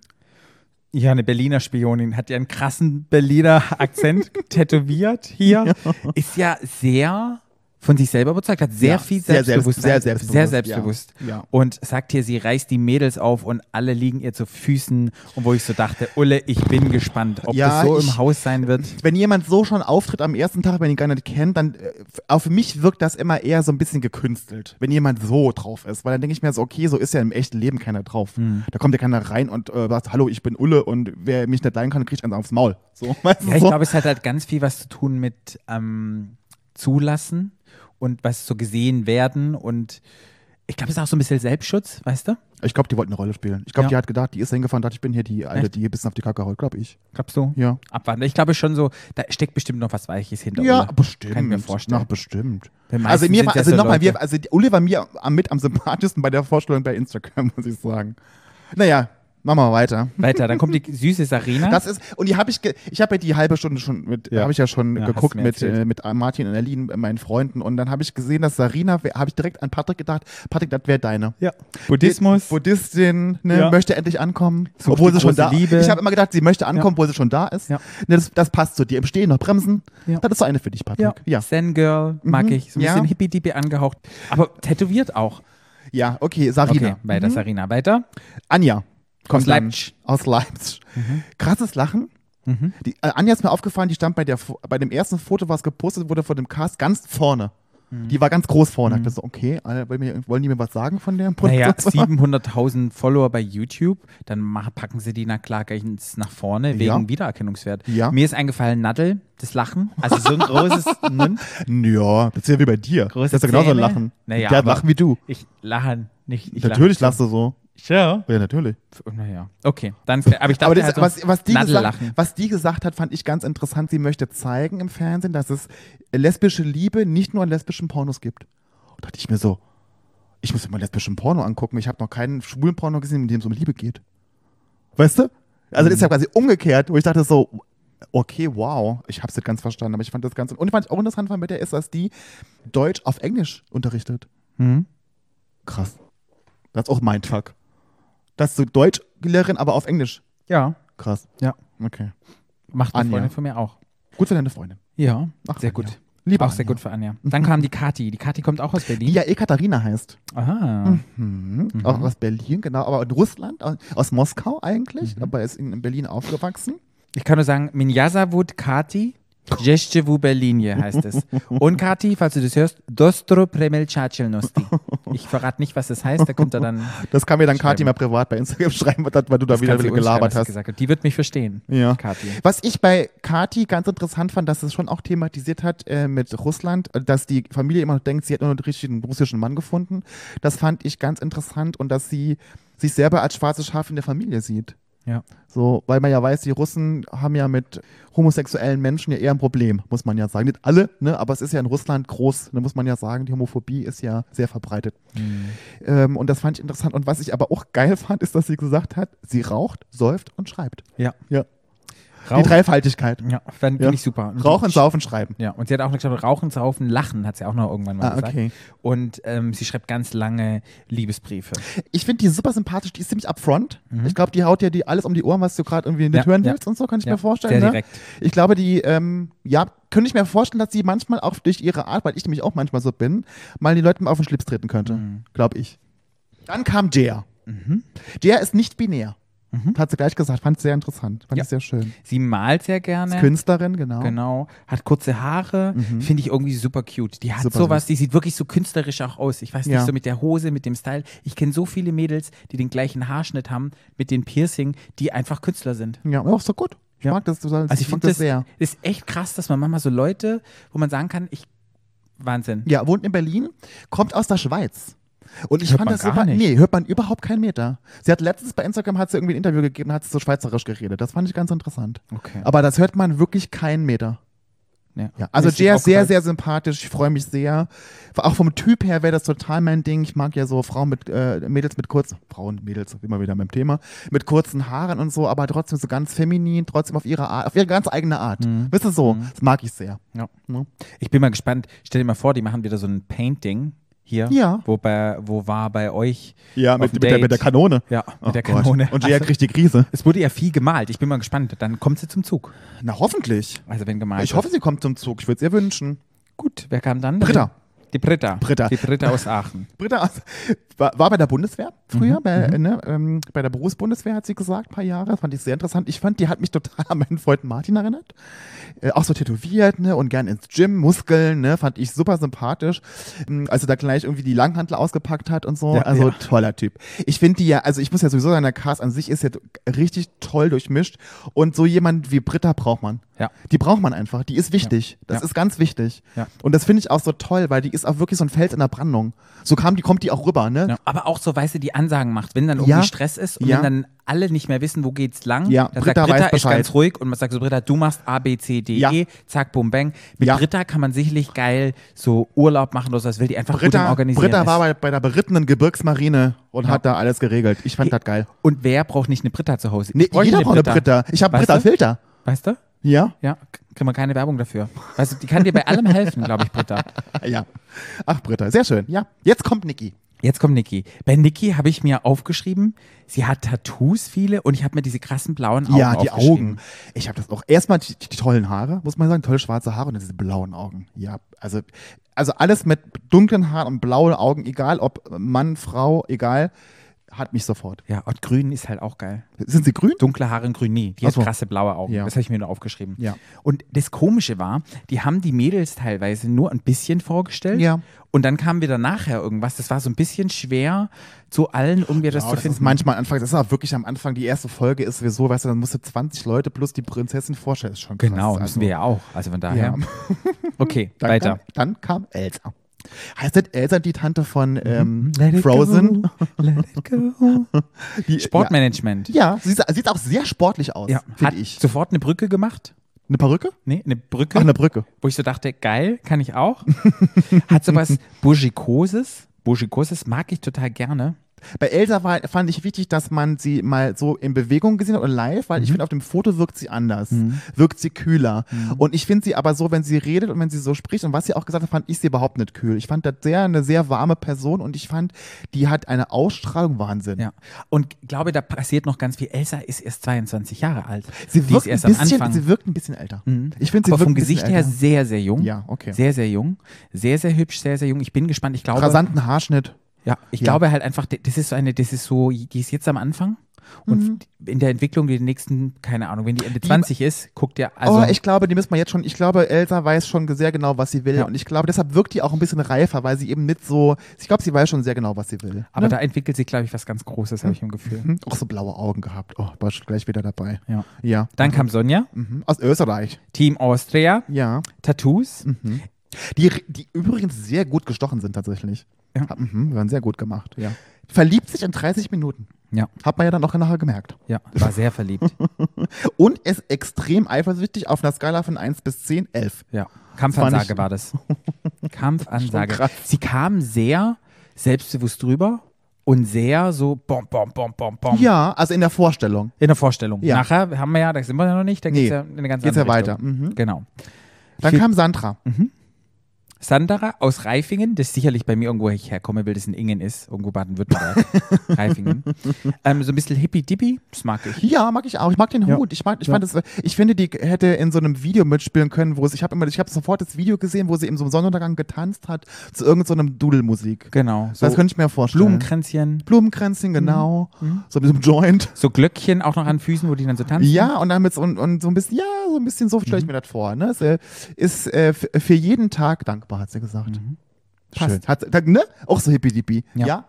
C: Ja, eine Berliner Spionin hat ja einen krassen Berliner Akzent tätowiert hier. Ist ja sehr von sich selber überzeugt, hat sehr
D: Ja,
C: viel
D: sehr selbst-
C: Selbstbewusstsein,
D: sehr selbstbewusst,
C: sehr
D: ja.
C: selbstbewusst.
D: Ja.
C: Und sagt hier, sie reißt die Mädels auf und alle liegen ihr zu Füßen. Und wo ich so dachte, Ulle, ich bin gespannt, ob
D: Ja,
C: das so
D: ich-
C: im Haus sein wird.
D: wenn jemand so schon auftritt am ersten Tag, wenn ihn gar nicht kennt, dann äh, auf mich wirkt das immer eher so ein bisschen gekünstelt, wenn jemand so drauf ist. Weil dann denke ich mir so, okay, so ist ja im echten Leben keiner drauf.
C: Mhm.
D: Da kommt ja keiner rein und äh, sagt, hallo, ich bin Ulle und wer mich nicht leiden kann, kriegt einen aufs Maul. So, weißt du,
C: Ja, ich
D: so.
C: glaube, es hat halt ganz viel was zu tun mit ähm, Zulassen und was zu gesehen werden. Und ich glaube, es ist auch so ein bisschen Selbstschutz, weißt du?
D: ich glaube, die wollten eine Rolle spielen. Ich glaube,
C: Ja.
D: die hat gedacht, die ist da hingefahren, dachte, ich bin hier die Alte,
C: Echt?
D: die hier ein bisschen auf die Kacke haut, glaube ich.
C: Glaubst du?
D: Ja.
C: Abwarten. Ich glaube schon so, da steckt bestimmt noch was Weiches hinter.
D: Ja,
C: Ulla.
D: bestimmt.
C: Kann ich mir vorstellen.
D: Na, bestimmt.
C: Den meisten
D: Also, mir
C: sind
D: war,
C: das
D: also
C: so
D: nochmal,
C: Leute.
D: wir, also die Ulle war mir am, mit am sympathischsten bei der Vorstellung bei Instagram, muss ich sagen. Naja, machen wir weiter.
C: Weiter, dann kommt die süße Sarina.
D: Das ist, und die habe ich, ge, ich habe ja die halbe Stunde schon mit,
C: Ja.
D: habe ich ja schon
C: Ja, hast
D: geguckt
C: du mir
D: mit,
C: erzählt.
D: äh, mit Martin und Aline, äh, meinen Freunden, und dann habe ich gesehen, dass Sarina, habe ich direkt an Patrick gedacht, Patrick, das wäre deine.
C: ja. Buddhismus.
D: Buddhistin, ne,
C: Ja.
D: möchte endlich ankommen,
C: Sucht
D: obwohl
C: die
D: sie schon
C: große
D: da
C: Liebe.
D: Ich habe immer gedacht, sie möchte ankommen, obwohl sie schon da ist.
C: Ja.
D: Ne, das, das passt zu dir. Im Stehen noch bremsen.
C: Ja.
D: Das ist so eine für dich, Patrick.
C: ja. Zen Girl mag
D: Mhm.
C: ich. So ein
D: Ja.
C: bisschen hippie-dippie angehaucht. Aber tätowiert auch.
D: Ja, okay, Sarina.
C: Okay,
D: Mhm.
C: weiter, Sarina. Weiter.
D: Anja. kommt
C: Aus Leipzig. Mhm.
D: dann. Aus Leipzig. Krasses Lachen. Die, äh, Anja ist mir aufgefallen, die stand bei, der, Fo- bei dem ersten Foto, was gepostet wurde von dem Cast, ganz vorne.
C: Mhm.
D: Die war ganz groß vorne. Ich dachte so, okay, äh, wollen, wir, wollen die mir was sagen von der
C: Naja,
D: Produktion?
C: 700.000 Follower bei YouTube, dann ma- packen sie die na klar gleich ins- nach vorne wegen
D: Ja.
C: Wiedererkennungswert.
D: Ja.
C: Mir ist eingefallen, Nadel, das Lachen. Also so ein großes Mund.
D: Ja, das ist ja wie bei dir.
C: Große
D: das ist ja genauso ein
C: Zähne.
D: Lachen.
C: Naja,
D: der hat
C: aber-
D: Lachen wie du.
C: Ich lache nicht. Ich
D: natürlich lachst du so.
C: Lache.
D: Ja, natürlich.
C: Ja. Naja. Okay, dann. Aber ich dachte,
D: Aber das,
C: halt so,
D: was, was, die
C: Nadel
D: gesagt,
C: lachen.
D: was die gesagt hat, fand ich ganz interessant. Sie möchte zeigen im Fernsehen, dass es lesbische Liebe nicht nur in lesbischen Pornos gibt. Und dachte ich mir so, ich muss mir mal lesbischen Porno angucken. Ich habe noch keinen schwulen Porno gesehen, in dem es um Liebe geht. Weißt du? Also das ist ja quasi umgekehrt, wo ich dachte so, okay, wow, ich habe es nicht ganz verstanden, aber ich fand das ganz und was ich auch interessant fand bei der ist, dass die Deutsch auf Englisch unterrichtet.
C: Mhm.
D: Hm? Krass. Das ist auch mein Tag. Dass du Deutschlehrerin, aber auf Englisch.
C: Ja,
D: Krass.
C: ja.
D: Okay.
C: Macht eine
D: Anja.
C: Freundin von mir auch.
D: Gut für deine Freundin.
C: Ja,
D: Ach,
C: sehr
D: Anja.
C: gut.
D: Liebe
C: auch sehr
D: Anja.
C: gut für Anja. Dann kam die Kati. Die Kati kommt auch aus Berlin.
D: Die ja eh Katharina heißt.
C: Aha.
D: Mhm. Auch aus Berlin, genau. Aber in Russland, aus- aus Moskau eigentlich.
C: Mhm.
D: Aber ist in in Berlin aufgewachsen.
C: Ich kann nur sagen, Minjasavut Kati, Jeszczewu Berlinie heißt es. Und Kati, falls du das hörst, Dostro Premelchacelnosti. Ich verrate nicht, was das heißt, da könnt ihr dann
D: Das kann mir dann Kathi
C: Schreiben.
D: mal privat bei Instagram schreiben, was das- weil du da wieder
C: kann sie uns
D: gelabert
C: schreiben, was sie
D: hast.
C: Gesagt hat. Die wird mich verstehen,
D: Ja.
C: Kati.
D: Was ich bei Kati ganz interessant fand, dass es schon auch thematisiert hat äh, mit Russland, äh, dass die Familie immer noch denkt, sie hat nur einen richtigen russischen Mann gefunden. Das fand ich ganz interessant und dass sie sich selber als schwarzes Schaf in der Familie sieht.
C: Ja.
D: So, weil man ja weiß, die Russen haben ja mit homosexuellen Menschen ja eher ein Problem, muss man ja sagen. Nicht alle, ne? aber es ist ja in Russland groß, da muss man ja sagen, die Homophobie ist ja sehr verbreitet. Ähm, und das fand ich interessant. Und was ich aber auch geil fand, ist, dass sie gesagt hat, sie raucht, säuft und schreibt.
C: Ja.
D: Ja.
C: Rauch,
D: Die Dreifaltigkeit.
C: ja, fand
D: Ja.
C: ich super. Und
D: Rauchen,
C: die-
D: saufen, schreiben.
C: Ja, und sie hat auch noch gesagt, Rauchen, Saufen, Lachen, hat sie auch noch irgendwann mal
D: Ah,
C: gesagt.
D: okay.
C: Und ähm, sie schreibt ganz lange Liebesbriefe.
D: Ich finde die super sympathisch, die ist ziemlich upfront. Ich glaube, die haut ja die alles um die Ohren, was du gerade irgendwie nicht
C: Mhm. Ja,
D: hören
C: ja.
D: willst und so, kann ich
C: Ja,
D: mir
C: sehr
D: vorstellen. ne?
C: direkt.
D: Ich glaube, die, ähm, ja, könnte ich mir vorstellen, dass sie manchmal auch durch ihre Art, weil ich nämlich auch manchmal so bin, mal die Leute mal auf den Schlips treten könnte.
C: Mhm.
D: Glaube ich. Dann kam Jer. Jer ist nicht binär. Hat sie gleich gesagt, fand ich sehr interessant, fand
C: Mhm. Ja.
D: ich sehr schön.
C: Sie malt sehr gerne.
D: Ist Künstlerin, genau. Mhm.
C: Genau, hat kurze Haare, finde ich irgendwie super cute. Die hat
D: Super
C: sowas, die sieht wirklich so künstlerisch auch aus. Ich weiß
D: Ja.
C: nicht, so mit der Hose, mit dem Style. Ich kenne so viele Mädels, die den gleichen Haarschnitt haben, mit den Piercing, die einfach Künstler sind.
D: Ja, auch so gut. Ich
C: Ja.
D: mag das total.
C: Also ich
D: mag
C: finde das,
D: sehr.
C: ist echt krass, dass man manchmal so Leute, wo man sagen kann, ich, Wahnsinn.
D: Ja, wohnt in Berlin, kommt aus der Schweiz. Und ich
C: Hört
D: fand
C: man
D: das
C: gar
D: super.
C: nicht.
D: Nee, hört man überhaupt keinen Meter. Sie hat letztens bei Instagram hat sie irgendwie ein Interview gegeben, hat sie so schweizerisch geredet. Das fand ich ganz interessant.
C: Okay.
D: Aber das hört man wirklich keinen Meter. Ja, also
C: Mir ist
D: Jay
C: das
D: ist sehr,
C: aufgefallen.
D: sehr sympathisch. Ich freue mich sehr. Auch vom Typ her wäre das total mein Ding. Ich mag ja so Frauen mit äh, Mädels mit kurzen Frauen, Mädels immer wieder beim Thema mit kurzen Haaren und so, aber trotzdem so ganz feminin, trotzdem auf ihre Art, auf ihre ganz eigene Art. Wisst ihr so? Das mag ich sehr.
C: Ja.
D: Ne?
C: Ich bin mal gespannt. Stell dir mal vor, die machen wieder so ein Painting hier.
D: Ja.
C: Wo, bei, wo war bei euch?
D: Ja,
C: auf
D: mit,
C: dem
D: mit, der,
C: Date.
D: mit der Kanone.
C: Ja, mit
D: Oh
C: der
D: Gott.
C: Kanone.
D: Und Jay
C: Also,
D: kriegt die Krise.
C: es wurde ja viel gemalt. Ich bin mal gespannt. Dann kommt sie zum Zug.
D: Na, hoffentlich.
C: Also wenn gemalt
D: Ich hoffe,
C: wird.
D: Mhm. sie kommt zum Zug. Ich würde es ihr wünschen.
C: Gut, wer kam dann?
D: Britta.
C: Die Britta.
D: Britta.
C: Die Britta aus Aachen.
D: Britta aus, war, war bei der Bundeswehr früher, bei, ne, ähm, bei der Berufsbundeswehr hat sie gesagt, ein paar Jahre, das fand ich sehr interessant. Ich fand, die hat mich total an meinen Freund Martin erinnert. Äh, auch so tätowiert, ne, und gern ins Gym, Muskeln, ne, fand ich super sympathisch. Ähm, Also da gleich irgendwie die Langhantel ausgepackt hat und so.
C: Ja,
D: also
C: ja.
D: toller Typ. Ich finde die ja, also ich muss ja sowieso sagen, der Cast an sich ist jetzt richtig toll durchmischt und so jemand wie Britta braucht man.
C: Ja.
D: Die braucht man einfach. Die ist wichtig. Das
C: Ja.
D: ist ganz wichtig.
C: Ja.
D: Und das finde ich auch so toll, weil die ist auch wirklich so ein Fels in der Brandung. So kam die, kommt die auch rüber, ne?
C: Ja. Aber auch so, weißt du, die Ansagen macht, wenn dann irgendwie
D: Ja.
C: Stress ist und
D: Ja.
C: wenn dann alle nicht mehr wissen, wo geht's lang,
D: Ja,
C: dann
D: Britta
C: sagt
D: weiß
C: Britta ist
D: Bescheid.
C: ganz ruhig und man sagt so, Britta, du machst A, B, C, D,
D: Ja.
C: E, zack, bum, bang. Mit
D: Ja.
C: Britta kann man sicherlich geil so Urlaub machen oder so, das will die einfach gut im
D: Britta,
C: Organisieren.
D: Britta
C: ist.
D: war bei, bei der berittenen Gebirgsmarine und hat da alles geregelt. Ich fand das geil.
C: und wer braucht nicht eine Britta zu Hause?
D: Nee,
C: bräuchte
D: jeder braucht eine Britta. Ich habe
C: Weißt du?
D: Britta-Filter.
C: Weißt du?
D: Ja?
C: Ja, k- kriegen wir keine Werbung dafür. Weißt du, die kann dir bei allem helfen, glaube ich, Britta.
D: Ja. Ach, Britta, sehr schön. Ja. Jetzt kommt Niki.
C: Jetzt kommt Niki. Bei Niki habe ich mir aufgeschrieben, sie hat Tattoos viele und ich habe mir diese krassen blauen Augen
D: ja, die
C: aufgeschrieben.
D: Augen. Ich habe das auch. Erstmal die, die tollen Haare, muss man sagen. Tolle schwarze Haare und dann diese blauen Augen. Ja, also, also alles mit dunklen Haaren und blauen Augen, egal ob Mann, Frau, egal, hat mich sofort.
C: Ja, und grün ist halt auch geil.
D: Sind sie grün?
C: Dunkle Haare in grün, nee. Die
D: Ach
C: hat
D: so.
C: krasse blaue Augen.
D: Ja.
C: Das habe ich mir nur aufgeschrieben.
D: Ja.
C: Und das Komische war, die haben die Mädels teilweise nur ein bisschen vorgestellt.
D: Ja.
C: Und dann kam wieder nachher irgendwas. Das war so ein bisschen schwer, zu allen, um mir das
D: Ja,
C: zu
D: das ist
C: finden.
D: manchmal am Anfang, das ist auch wirklich am Anfang, die erste Folge ist sowieso, weißt du, dann musst du 20 Leute plus die Prinzessin vorstellen, ist schon krass.
C: genau, müssen
D: also,
C: wir ja auch. Also von daher. Okay,
D: Dann
C: weiter.
D: Kam, dann kam Elsa. Heißt das Elsa die Tante von ähm,
C: Mhm. Let it
D: Frozen?
C: go, let it go.
D: Die,
C: Sportmanagement.
D: Ja, ja sie sieht, sieht auch sehr sportlich aus,
C: Ja,
D: finde
C: hat
D: ich.
C: sofort eine Brücke gemacht.
D: Eine Perücke?
C: Nee, eine Brücke,
D: Ach, eine Brücke.
C: wo ich so dachte, geil, kann ich auch. hat sowas Burschikoses. Burschikoses mag ich total gerne.
D: Bei Elsa war, fand ich wichtig, dass man sie mal so in Bewegung gesehen hat und live,
C: Mhm.
D: weil ich finde, auf dem Foto wirkt sie anders, wirkt sie kühler. Und ich finde sie aber so, wenn sie redet und wenn sie so spricht und was sie auch gesagt hat, fand ich sie überhaupt nicht kühl. Ich fand das sehr, eine sehr warme Person und ich fand, die hat eine Ausstrahlung Wahnsinn.
C: Ja. Und ich glaube, da passiert noch ganz viel. Elsa ist erst 22 Jahre alt.
D: Sie,
C: Die
D: wirkt
C: ist erst
D: ein
C: am
D: bisschen,
C: Anfang. Mhm.
D: sie wirkt ein bisschen älter. Ich finde, sie
C: aber
D: wirkt
C: vom
D: ein bisschen
C: Gesicht her
D: älter.
C: sehr, sehr jung.
D: Ja, okay.
C: Sehr, sehr jung. Sehr, sehr hübsch, sehr, sehr jung. Ich bin gespannt. Ich glaube,
D: Rasanten Haarschnitt.
C: Ja, ich
D: Ja.
C: glaube halt einfach, d- das ist so eine, das ist so, die ist jetzt am Anfang und
D: Mhm.
C: f- in der Entwicklung die nächsten, keine Ahnung, wenn die Ende 20 ist, guckt ihr also.
D: Also, Aber ich glaube, die müssen wir jetzt schon, ich glaube, Elsa weiß schon sehr genau, was sie will.
C: Ja.
D: Und ich glaube, deshalb wirkt die auch ein bisschen reifer, weil sie eben mit so, ich glaube, sie weiß schon sehr genau, was sie will.
C: aber da entwickelt sich, glaube ich, was ganz Großes, habe ich im Gefühl.
D: Auch so blaue Augen gehabt. Oh, war schon gleich wieder dabei.
C: Ja.
D: Ja.
C: Dann kam Sonja,
D: Mhm. Aus Österreich.
C: Team Austria,
D: Ja. Mhm.
C: Tattoos.
D: Die, die übrigens sehr gut gestochen sind tatsächlich.
C: Ja.
D: Mhm, waren sehr gut gemacht. Ja. Verliebt sich in 30 Minuten.
C: Ja,
D: Hat man ja dann auch nachher gemerkt.
C: ja, war sehr verliebt.
D: Und ist extrem eifersüchtig auf einer Skala von 1 bis 10, 11.
C: Ja,
D: Fand ich-
C: Kampfansage war das. Kampfansage.
D: Schon krass.
C: Sie kam sehr selbstbewusst drüber und sehr so bom, bom, bom, bom, bom.
D: Ja, also in der Vorstellung.
C: In der Vorstellung.
D: Ja.
C: Nachher haben wir ja, da sind wir ja noch nicht, da
D: Nee,
C: geht's ja in eine ganz
D: geht's ja
C: andere Richtung.
D: weiter. Mhm.
C: Genau.
D: Dann
C: Viel- Mhm.
D: kam Sandra.
C: Sandra aus Reifingen, das sicherlich bei mir irgendwo ich herkomme, weil das in Ingen ist, irgendwo Baden-Württemberg. Reifingen. Ähm, so ein bisschen hippie-dippie, das mag ich.
D: Ja, mag ich auch. Ich mag den
C: Ja.
D: Hut. Ich mag, ich
C: Ja.
D: fand das, ich finde, die hätte in so einem Video mitspielen können, wo es, ich habe immer, ich habe sofort das Video gesehen, wo sie eben so im Sonnenuntergang getanzt hat zu irgendeinem so Dudelmusik.
C: Genau. So
D: das könnte ich mir vorstellen.
C: Blumenkränzchen, Mhm.
D: Blumenkränzchen, genau. So mit so einem Joint.
C: so Glöckchen auch noch an Füßen, wo die dann so tanzen. Mhm.
D: Ja, und dann mit so, und, und so ein bisschen, ja, so ein bisschen so stelle ich mir das vor. Ne? Ist, äh, ist äh, f- für jeden Tag dankbar, hat sie gesagt.
C: Mhm. Passt.
D: Schön. Hat, da- ne? Auch so hippie-dippie.
C: Ja.
D: Ja.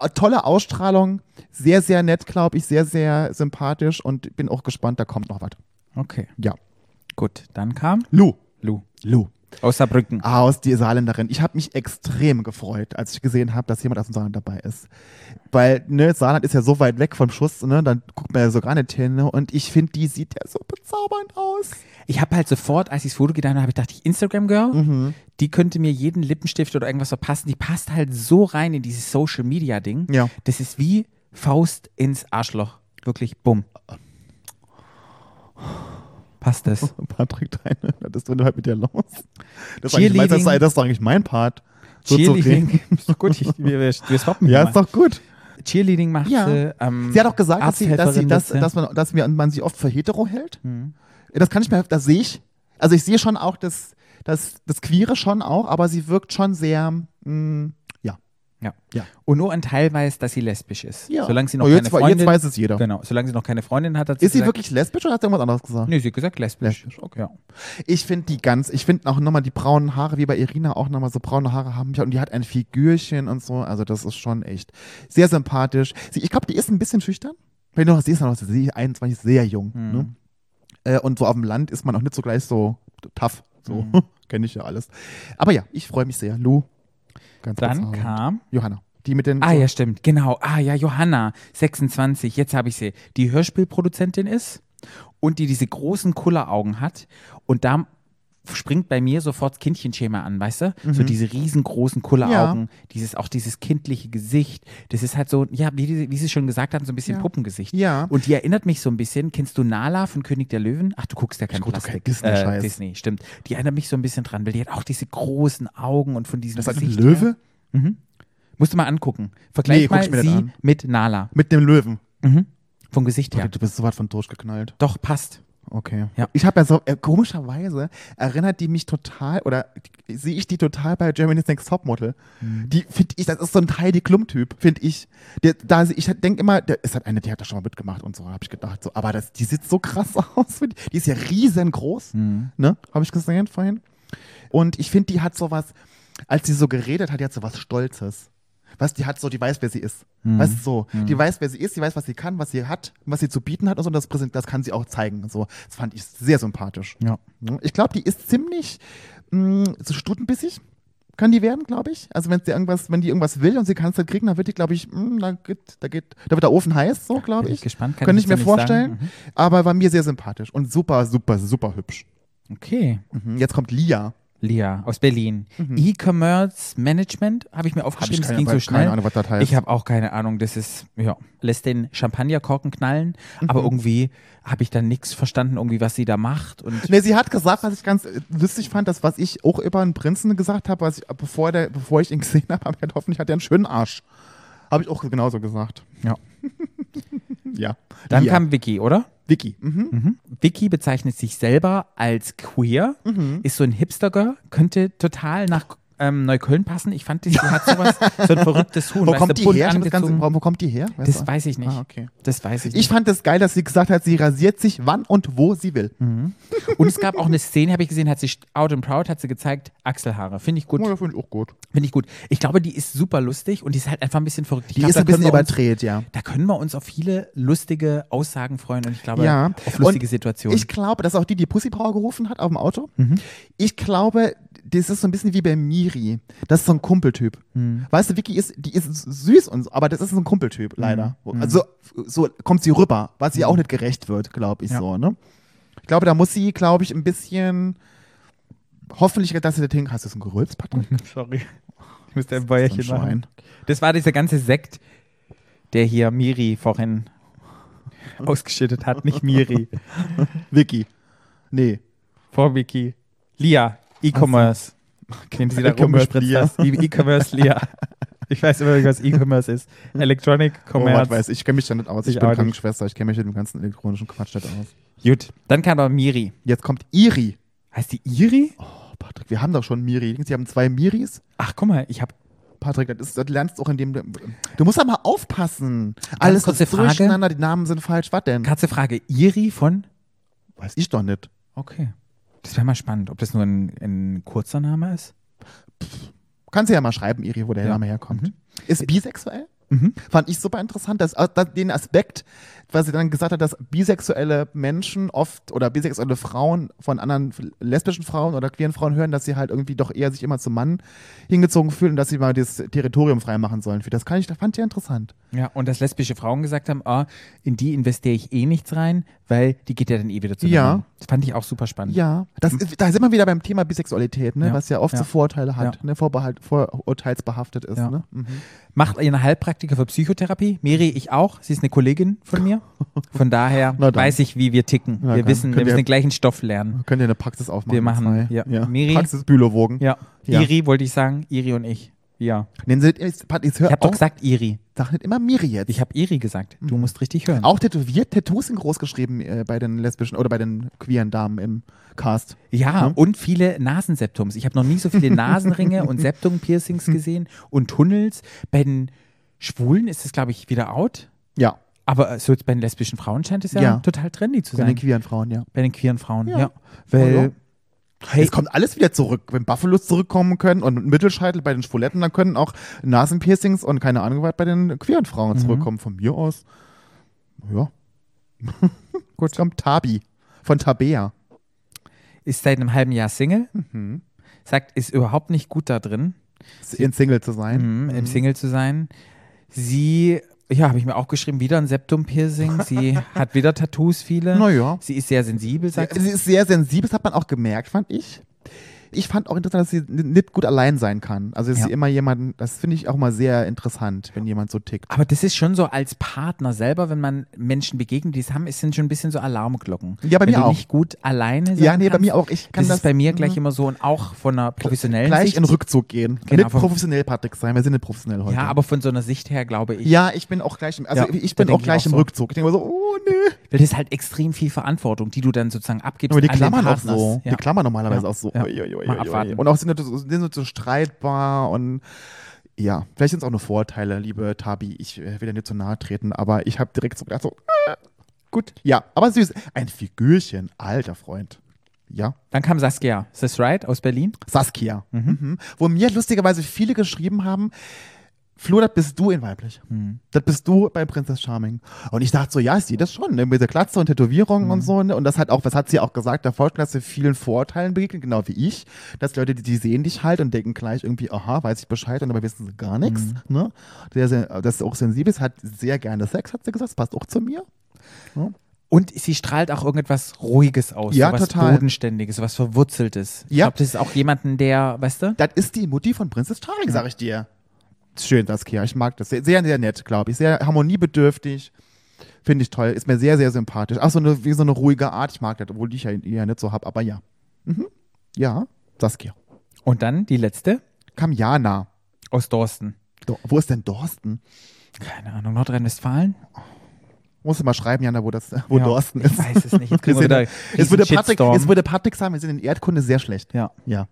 D: Äh, Tolle Ausstrahlung, sehr, sehr nett, glaube ich, sehr, sehr sympathisch und bin auch gespannt, da kommt noch was.
C: Okay,
D: Ja.
C: gut. Dann kam
D: Lou.
C: Lou
D: Lou.
C: aus Saarbrücken.
D: Aus die Saarländerin. Ich habe mich extrem gefreut, als ich gesehen habe, dass jemand aus dem Saarland dabei ist. Weil, ne, Saarland ist ja so weit weg vom Schuss, ne, dann guckt man ja so gar nicht hin. Ne, und ich finde, die sieht ja so bezaubernd aus.
C: Ich habe halt sofort, als ich das Foto getan habe, habe ich gedacht, die Instagram-Girl,
D: Mhm.
C: die könnte mir jeden Lippenstift oder irgendwas verpassen. Die passt halt so rein in dieses Social-Media-Ding.
D: Ja.
C: Das ist wie Faust ins Arschloch. Wirklich, bumm. Passt
D: Oh,
C: das?
D: Patrick, deine, das tun wir halt mit dir los. Das ist eigentlich, mein- das,
C: Cheerleading.
D: das ist eigentlich mein Part. So zu reden.
C: Cheerleading. Ist doch gut, ich, wir, wir, wir swappen
D: Ja,
C: hier
D: ist
C: mal.
D: doch gut.
C: Cheerleading macht
D: Ja.
C: sie. Ähm,
D: Sie hat auch gesagt, dass, sie, dass, sie,
C: Arzthelferin
D: dass,
C: wird sie.
D: dass, man, dass wir, man sie oft für hetero hält. Das kann ich mir, das sehe ich. Also ich sehe schon auch, dass, das, das Queere schon auch, aber sie wirkt schon sehr, mm, mh, ja.
C: Ja.
D: Ja.
C: Und nur ein Teil weiß, dass sie lesbisch ist.
D: ja.
C: Solange sie noch
D: oh, jetzt,
C: keine
D: wei-
C: Freundin
D: Jetzt weiß es jeder.
C: Genau, solange sie noch keine Freundin hat, hat sie
D: Ist sie
C: gesagt,
D: wirklich lesbisch oder hat sie irgendwas anderes gesagt?
C: Nee, sie hat gesagt lesbisch.
D: Lesbisch,
C: okay. Ja.
D: Ich finde die ganz, ich finde auch nochmal die braunen Haare, wie bei Irina auch nochmal so braune Haare haben. mich- Und die hat ein Figürchen und so. Also das ist schon echt sehr sympathisch. Sie, ich glaube, die ist ein bisschen schüchtern. Wenn du noch siehst, dann noch, sie ist 21, sehr jung. Ne? Äh, und so auf dem Land ist man auch nicht so gleich so tough. So, kenne ich ja alles. Aber ja, ich freue mich sehr. Lou. Ganz
C: Dann
D: bezaubernd.
C: kam.
D: Johanna. Die mit den.
C: Ah ja, stimmt, genau. Ah ja, Johanna, 26, jetzt habe ich sie. Die Hörspielproduzentin ist und die diese großen Kulleraugen hat. Und da springt bei mir sofort Kindchenschema an, weißt du?
D: Mhm.
C: So diese riesengroßen Kulleraugen, dieses, auch dieses kindliche Gesicht. Das ist halt so, ja, wie, die- wie sie schon gesagt haben, so ein bisschen
D: Ja.
C: Puppengesicht.
D: Ja.
C: Und die erinnert mich so ein bisschen, kennst du Nala von König der Löwen? Ach, du guckst ja kein
D: Ich guck doch
C: Plastik.
D: kein Disney-Scheiß.
C: äh, Disney, stimmt. Die erinnert mich so ein bisschen dran, weil die hat auch diese großen Augen und von diesem
D: das ist ein
C: Gesicht.
D: Löwe?
C: Musst du mal angucken. Vergleich
D: Nee, guck ich
C: mal
D: mir
C: sie
D: nicht an.
C: mit Nala.
D: Mit dem Löwen.
C: Vom Gesicht her.
D: Du bist so weit von durchgeknallt.
C: Doch, passt.
D: Okay.
C: Ja.
D: Ich habe ja so, äh, komischerweise erinnert die mich total, oder die- sehe ich die total bei Germany's Next Topmodel. Die finde ich, das ist so ein Heidi Klum-Typ, finde ich. Der, da, ich denke immer, der ist halt eine, die hat da schon mal mitgemacht und so, habe ich gedacht. So, aber das, die sieht so krass aus. find ich. Die ist ja riesengroß, ne? Habe ich gesehen vorhin. Und ich finde, die hat so was, als sie so geredet hat, die hat so was Stolzes. Was, die hat so, die weiß, wer sie ist.
C: Mhm.
D: Weißt du, so. Die weiß, wer sie ist, die weiß, was sie kann, was sie hat, was sie zu bieten hat und so. Und das, präsent, das kann sie auch zeigen. und So. Das fand ich sehr sympathisch. Ne?
C: Ja.
D: Ich glaube, die ist ziemlich mm, mh, so stutenbissig. Kann die werden, glaube ich. Also wenn sie irgendwas, wenn die irgendwas will und sie kann es dann kriegen, dann wird die, glaube ich, mh, da, geht, da geht, da wird der Ofen heiß, so glaube
C: bin
D: ich.
C: ich gespannt, kann
D: Könnte
C: ich
D: ich mir
C: jetzt noch nicht
D: vorstellen.
C: sagen. Mhm.
D: Aber war mir sehr sympathisch und super, super, super hübsch.
C: Okay.
D: Mhm. Jetzt kommt Lia.
C: Lia aus Berlin. E-Commerce Management habe ich mir aufgeschrieben.
D: Mhm. Hab
C: das
D: ich keine-
C: ging so
D: keine
C: schnell.
D: Ahnung, was das heißt.
C: Ich habe auch keine Ahnung. Das ist, ja, lässt den Champagnerkorken knallen.
D: Mhm.
C: Aber irgendwie habe ich dann nichts verstanden, irgendwie, was sie da macht. Und
D: Ne, sie hat gesagt, was ich ganz äh, lustig fand, das, was ich auch über einen Prinzen gesagt habe, was ich, äh, bevor, der, bevor ich ihn gesehen habe, habe ich gedacht, hoffentlich hat er einen schönen Arsch. Habe ich auch genauso gesagt.
C: ja.
D: Ja.
C: Dann
D: Lia.
C: kam Vicky, oder?
D: Vicky. Mhm.
C: Vicky bezeichnet sich selber als queer,
D: Mhm.
C: ist so ein Hipster-Girl, könnte total nach ähm, Neukölln passen. Ich fand, die sie hat sowas, so ein verrücktes Huhn.
D: Wo
C: weißt
D: kommt
C: du,
D: die
C: bunt
D: her? Ich hab Das ganze,
C: angezogen.
D: warum- wo kommt die her? Weißt
C: das
D: du?
C: weiß ich nicht.
D: Ah, okay.
C: Das weiß ich nicht.
D: Ich fand es geil, dass sie gesagt hat, sie rasiert sich wann und wo sie will.
C: Mhm. Und es gab auch eine Szene, habe ich gesehen, hat sie out and proud, hat sie gezeigt, Achselhaare. Finde ich gut.
D: Ja, finde ich auch gut.
C: Finde ich gut. Ich glaube, die ist super lustig und die ist halt einfach ein bisschen verrückt. Ich
D: Die
C: glaub,
D: ist
C: da
D: ein bisschen
C: können wir uns-
D: überdreht, ja.
C: Da können wir uns auf viele lustige Aussagen freuen und ich glaube,
D: Ja.
C: auf lustige
D: Und
C: Situationen.
D: Ich glaube, dass auch die, die Pussy Power gerufen hat auf dem Auto, ich glaube, das ist so ein bisschen wie bei Miri. Das ist so ein Kumpeltyp.
C: Mhm. Hm.
D: Weißt du, Vicky ist, die ist süß und so, aber das ist so ein Kumpeltyp, leider. Also, so kommt sie rüber, was ihr auch nicht gerecht wird, glaube ich
C: Ja.
D: so, ne? Ich glaube, da muss sie, glaube ich, ein bisschen, hoffentlich, dass sie das Ding, hast du so ein Gerülps, Patrick?
C: Sorry. Ich müsste ein
D: Bäuerchen
C: Bäuerchen
D: So ein machen.
C: machen.
D: Schwein.
C: Das war dieser ganze Sekt, der hier Miri vorhin ausgeschüttet hat. Nicht Miri,
D: Vicky. Nee.
C: vor Vicky. Lia, E-Commerce. Nehmen Sie da rum,
D: E-Commerce
C: spritzt
D: Lia.
C: das. Die E-Commerce Lia. Ich weiß immer nicht, was E-Commerce ist. Electronic
D: Oh, was
C: Commerce.
D: weiß ich, ich kenne mich da nicht aus.
C: Ich
D: Ich, bin
C: auch nicht.
D: Krankenschwester, ich kenne mich mit dem ganzen elektronischen Quatsch nicht aus.
C: Gut, dann kam aber Miri.
D: Jetzt kommt Iri.
C: Heißt die Iri?
D: Oh, Patrick, wir haben doch schon Miri. Sie haben zwei Miris.
C: Ach, guck mal, ich habe
D: Patrick, das, ist, das lernst du auch in dem. Du musst aber aufpassen. Alles
C: kurze
D: ist
C: Frage.
D: durcheinander, die Namen sind falsch. Was denn?
C: kurze Frage. Iri von?
D: Weiß ich doch nicht.
C: Okay. Das wäre mal spannend, ob das nur ein, ein kurzer Name ist.
D: Kannst du ja mal schreiben, Iri, wo der
C: Ja. Mhm.
D: Name herkommt. Ist bisexuell? Fand ich super interessant, dass, äh, dass den Aspekt, was sie dann gesagt hat, dass bisexuelle Menschen oft oder bisexuelle Frauen von anderen lesbischen Frauen oder queeren Frauen hören, dass sie halt irgendwie doch eher sich immer zum Mann hingezogen fühlen und dass sie mal das Territorium freimachen sollen. Für das kann ich, das fand ich interessant.
C: Ja, und dass lesbische Frauen gesagt haben, ah, in die investiere ich eh nichts rein, weil die geht ja dann eh wieder zu dem
D: Ja.
C: Mann. Das fand ich auch super spannend.
D: Ja, das ist, da sind wir wieder beim Thema Bisexualität, ne?
C: Hm. Ja.
D: was ja oft
C: Ja.
D: so Vorteile hat,
C: Ja.
D: ne? Vorbehalt, vorurteilsbehaftet ist.
C: Ja.
D: Ne? Mhm.
C: Macht eine Heilpraktiker für Psychotherapie. Miri, ich auch. Sie ist eine Kollegin von mir. Von daher
D: Na dann.
C: weiß ich, wie wir ticken.
D: Na
C: wir
D: dann.
C: wissen, wir
D: Könnt ihr-
C: müssen den gleichen Stoff lernen.
D: Könnt ihr eine Praxis aufmachen?
C: Wir machen,
D: zwei?
C: ja.
D: ja.
C: Miri-
D: Praxis Bülowogen.
C: Ja.
D: Ja.
C: Iri wollte ich sagen, Iri und ich. Ja.
D: Nennen Sie das, jetzt- Pat, jetzt hör
C: Ich habe doch
D: auf,
C: gesagt Iri.
D: sag nicht immer Miri jetzt.
C: Ich habe Iri gesagt. Du musst richtig hören.
D: auch tätowiert, Tattoos sind groß geschrieben äh, bei den lesbischen oder bei den queeren Damen im Cast.
C: Ja,
D: Ne?
C: und viele Nasenseptums. Ich habe noch nie so viele Nasenringe und Septum-Piercings gesehen und Tunnels. Bei den Schwulen ist es, glaube ich, wieder out.
D: Ja,
C: Aber äh, so jetzt bei den lesbischen Frauen scheint es ja,
D: Ja.
C: total trendy zu
D: bei
C: sein.
D: den queeren Frauen, ja.
C: bei den queeren Frauen, ja.
D: Ja.
C: Weil,
D: Ja.
C: hey,
D: Es kommt alles wieder zurück. Wenn Buffalos zurückkommen können und Mittelscheitel bei den Schwuletten, dann können auch Nasenpiercings und keine Ahnung was bei den queeren Frauen
C: Mhm.
D: zurückkommen. Von mir aus. Ja. Gut. Jetzt kommt Tabi von Tabea.
C: ist seit einem halben Jahr Single.
D: Mhm.
C: Sagt, ist überhaupt nicht gut da drin,
D: In Single zu sein.
C: im Single zu sein. Sie, ja, habe ich mir auch geschrieben, wieder ein Septum-Piercing. Sie hat wieder Tattoos, viele.
D: Na ja.
C: Sie ist sehr sensibel, sagt
D: Sie ist sehr sensibel, das hat man auch gemerkt, fand ich. Ich fand auch interessant, dass sie n- nicht gut allein sein kann. Also dass
C: Ja.
D: sie immer jemanden, das finde ich auch mal sehr interessant, wenn jemand so tickt.
C: Aber das ist schon so als Partner selber, wenn man Menschen begegnet, die es haben, es sind schon ein bisschen so Alarmglocken.
D: Ja, bei
C: wenn
D: mir
C: du
D: auch.
C: nicht gut alleine sein
D: Ja, nee, bei
C: kannst,
D: mir auch. Ich kann
C: das,
D: das-
C: ist bei mir gleich
D: mhm.
C: immer so und auch von einer professionellen
D: Gleich
C: Sicht.
D: in Rückzug gehen.
C: Genau,
D: nicht
C: vom-
D: professionell, Patrick, sein. Wir sind nicht professionell heute.
C: ja, aber von so einer Sicht her glaube ich,
D: Ja, ich bin auch gleich im, also
C: Ja,
D: ich
C: da
D: bin
C: denk
D: auch
C: ich
D: gleich
C: auch
D: im
C: so.
D: Rückzug. Ich denke immer so, oh nö.
C: weil das ist halt extrem viel Verantwortung, die du dann sozusagen abgibst.
D: Aber die
C: an den
D: klammern auch
C: Partner.
D: so.
C: Ja.
D: Die klammern normalerweise
C: Ja.
D: auch so.
C: Ja.
D: Uiuiui.
C: Mal abwarten.
D: Und auch sind nicht so, sind nicht so streitbar und ja, vielleicht sind es auch nur Vorteile, liebe Tabi. Ich äh, will dir nicht zu nahe treten, aber ich habe direkt so gedacht, so, äh, gut. Ja, aber süß. Ein Figürchen, alter Freund. Ja.
C: Dann kam Saskia, is this right, aus Berlin.
D: Saskia. Mhm. Wo mir lustigerweise viele geschrieben haben, Flo, das bist du in weiblich. Das bist du bei Princess Charming. Und ich dachte so, ja, ist die das schon, ne? mit der Glatze und Tätowierung und so. Ne? Und das hat auch, was hat sie auch gesagt, der Volksklasse vielen Vorurteilen begegnet, genau wie ich. Dass Leute, die, die sehen dich halt und denken gleich irgendwie, aha, weiß ich Bescheid und dabei wissen sie gar nichts. Ne? Sehr, sehr, das ist auch sensibel, ist, hat sehr gerne Sex, hat sie gesagt, das passt auch zu mir.
C: Und sie strahlt auch irgendwas Ruhiges aus,
D: Ja,
C: so was
D: total.
C: Bodenständiges, so was Verwurzeltes. Ich
D: Ja.
C: glaube, das ist auch jemanden, der, weißt du,
D: Das ist die Mutti von Princess Charming, sag ich dir. Schön, Saskia. Ich mag das. Sehr, sehr, sehr nett, glaube ich. Sehr harmoniebedürftig. Finde ich toll. Ist mir sehr, sehr sympathisch. Auch so eine, wie so eine ruhige Art. Ich mag das, obwohl ich ja, ja nicht so hab, aber ja. Mhm. Ja, Saskia.
C: und dann die letzte
D: Kamjana.
C: aus Dorsten.
D: Do wo ist denn Dorsten?
C: Keine Ahnung, Nordrhein-Westfalen?
D: Musst du mal schreiben, Jana, wo, das, wo
C: Ja,
D: Dorsten
C: ich
D: ist.
C: weiß es nicht. Jetzt
D: Wir
C: kriegen wir
D: sind-
C: wieder
D: es, würde
C: riesen
D: Patrick,
C: Shitstorm.
D: es würde Patrick sagen, wir sind in Erdkunde sehr schlecht.
C: Ja.
D: Ja.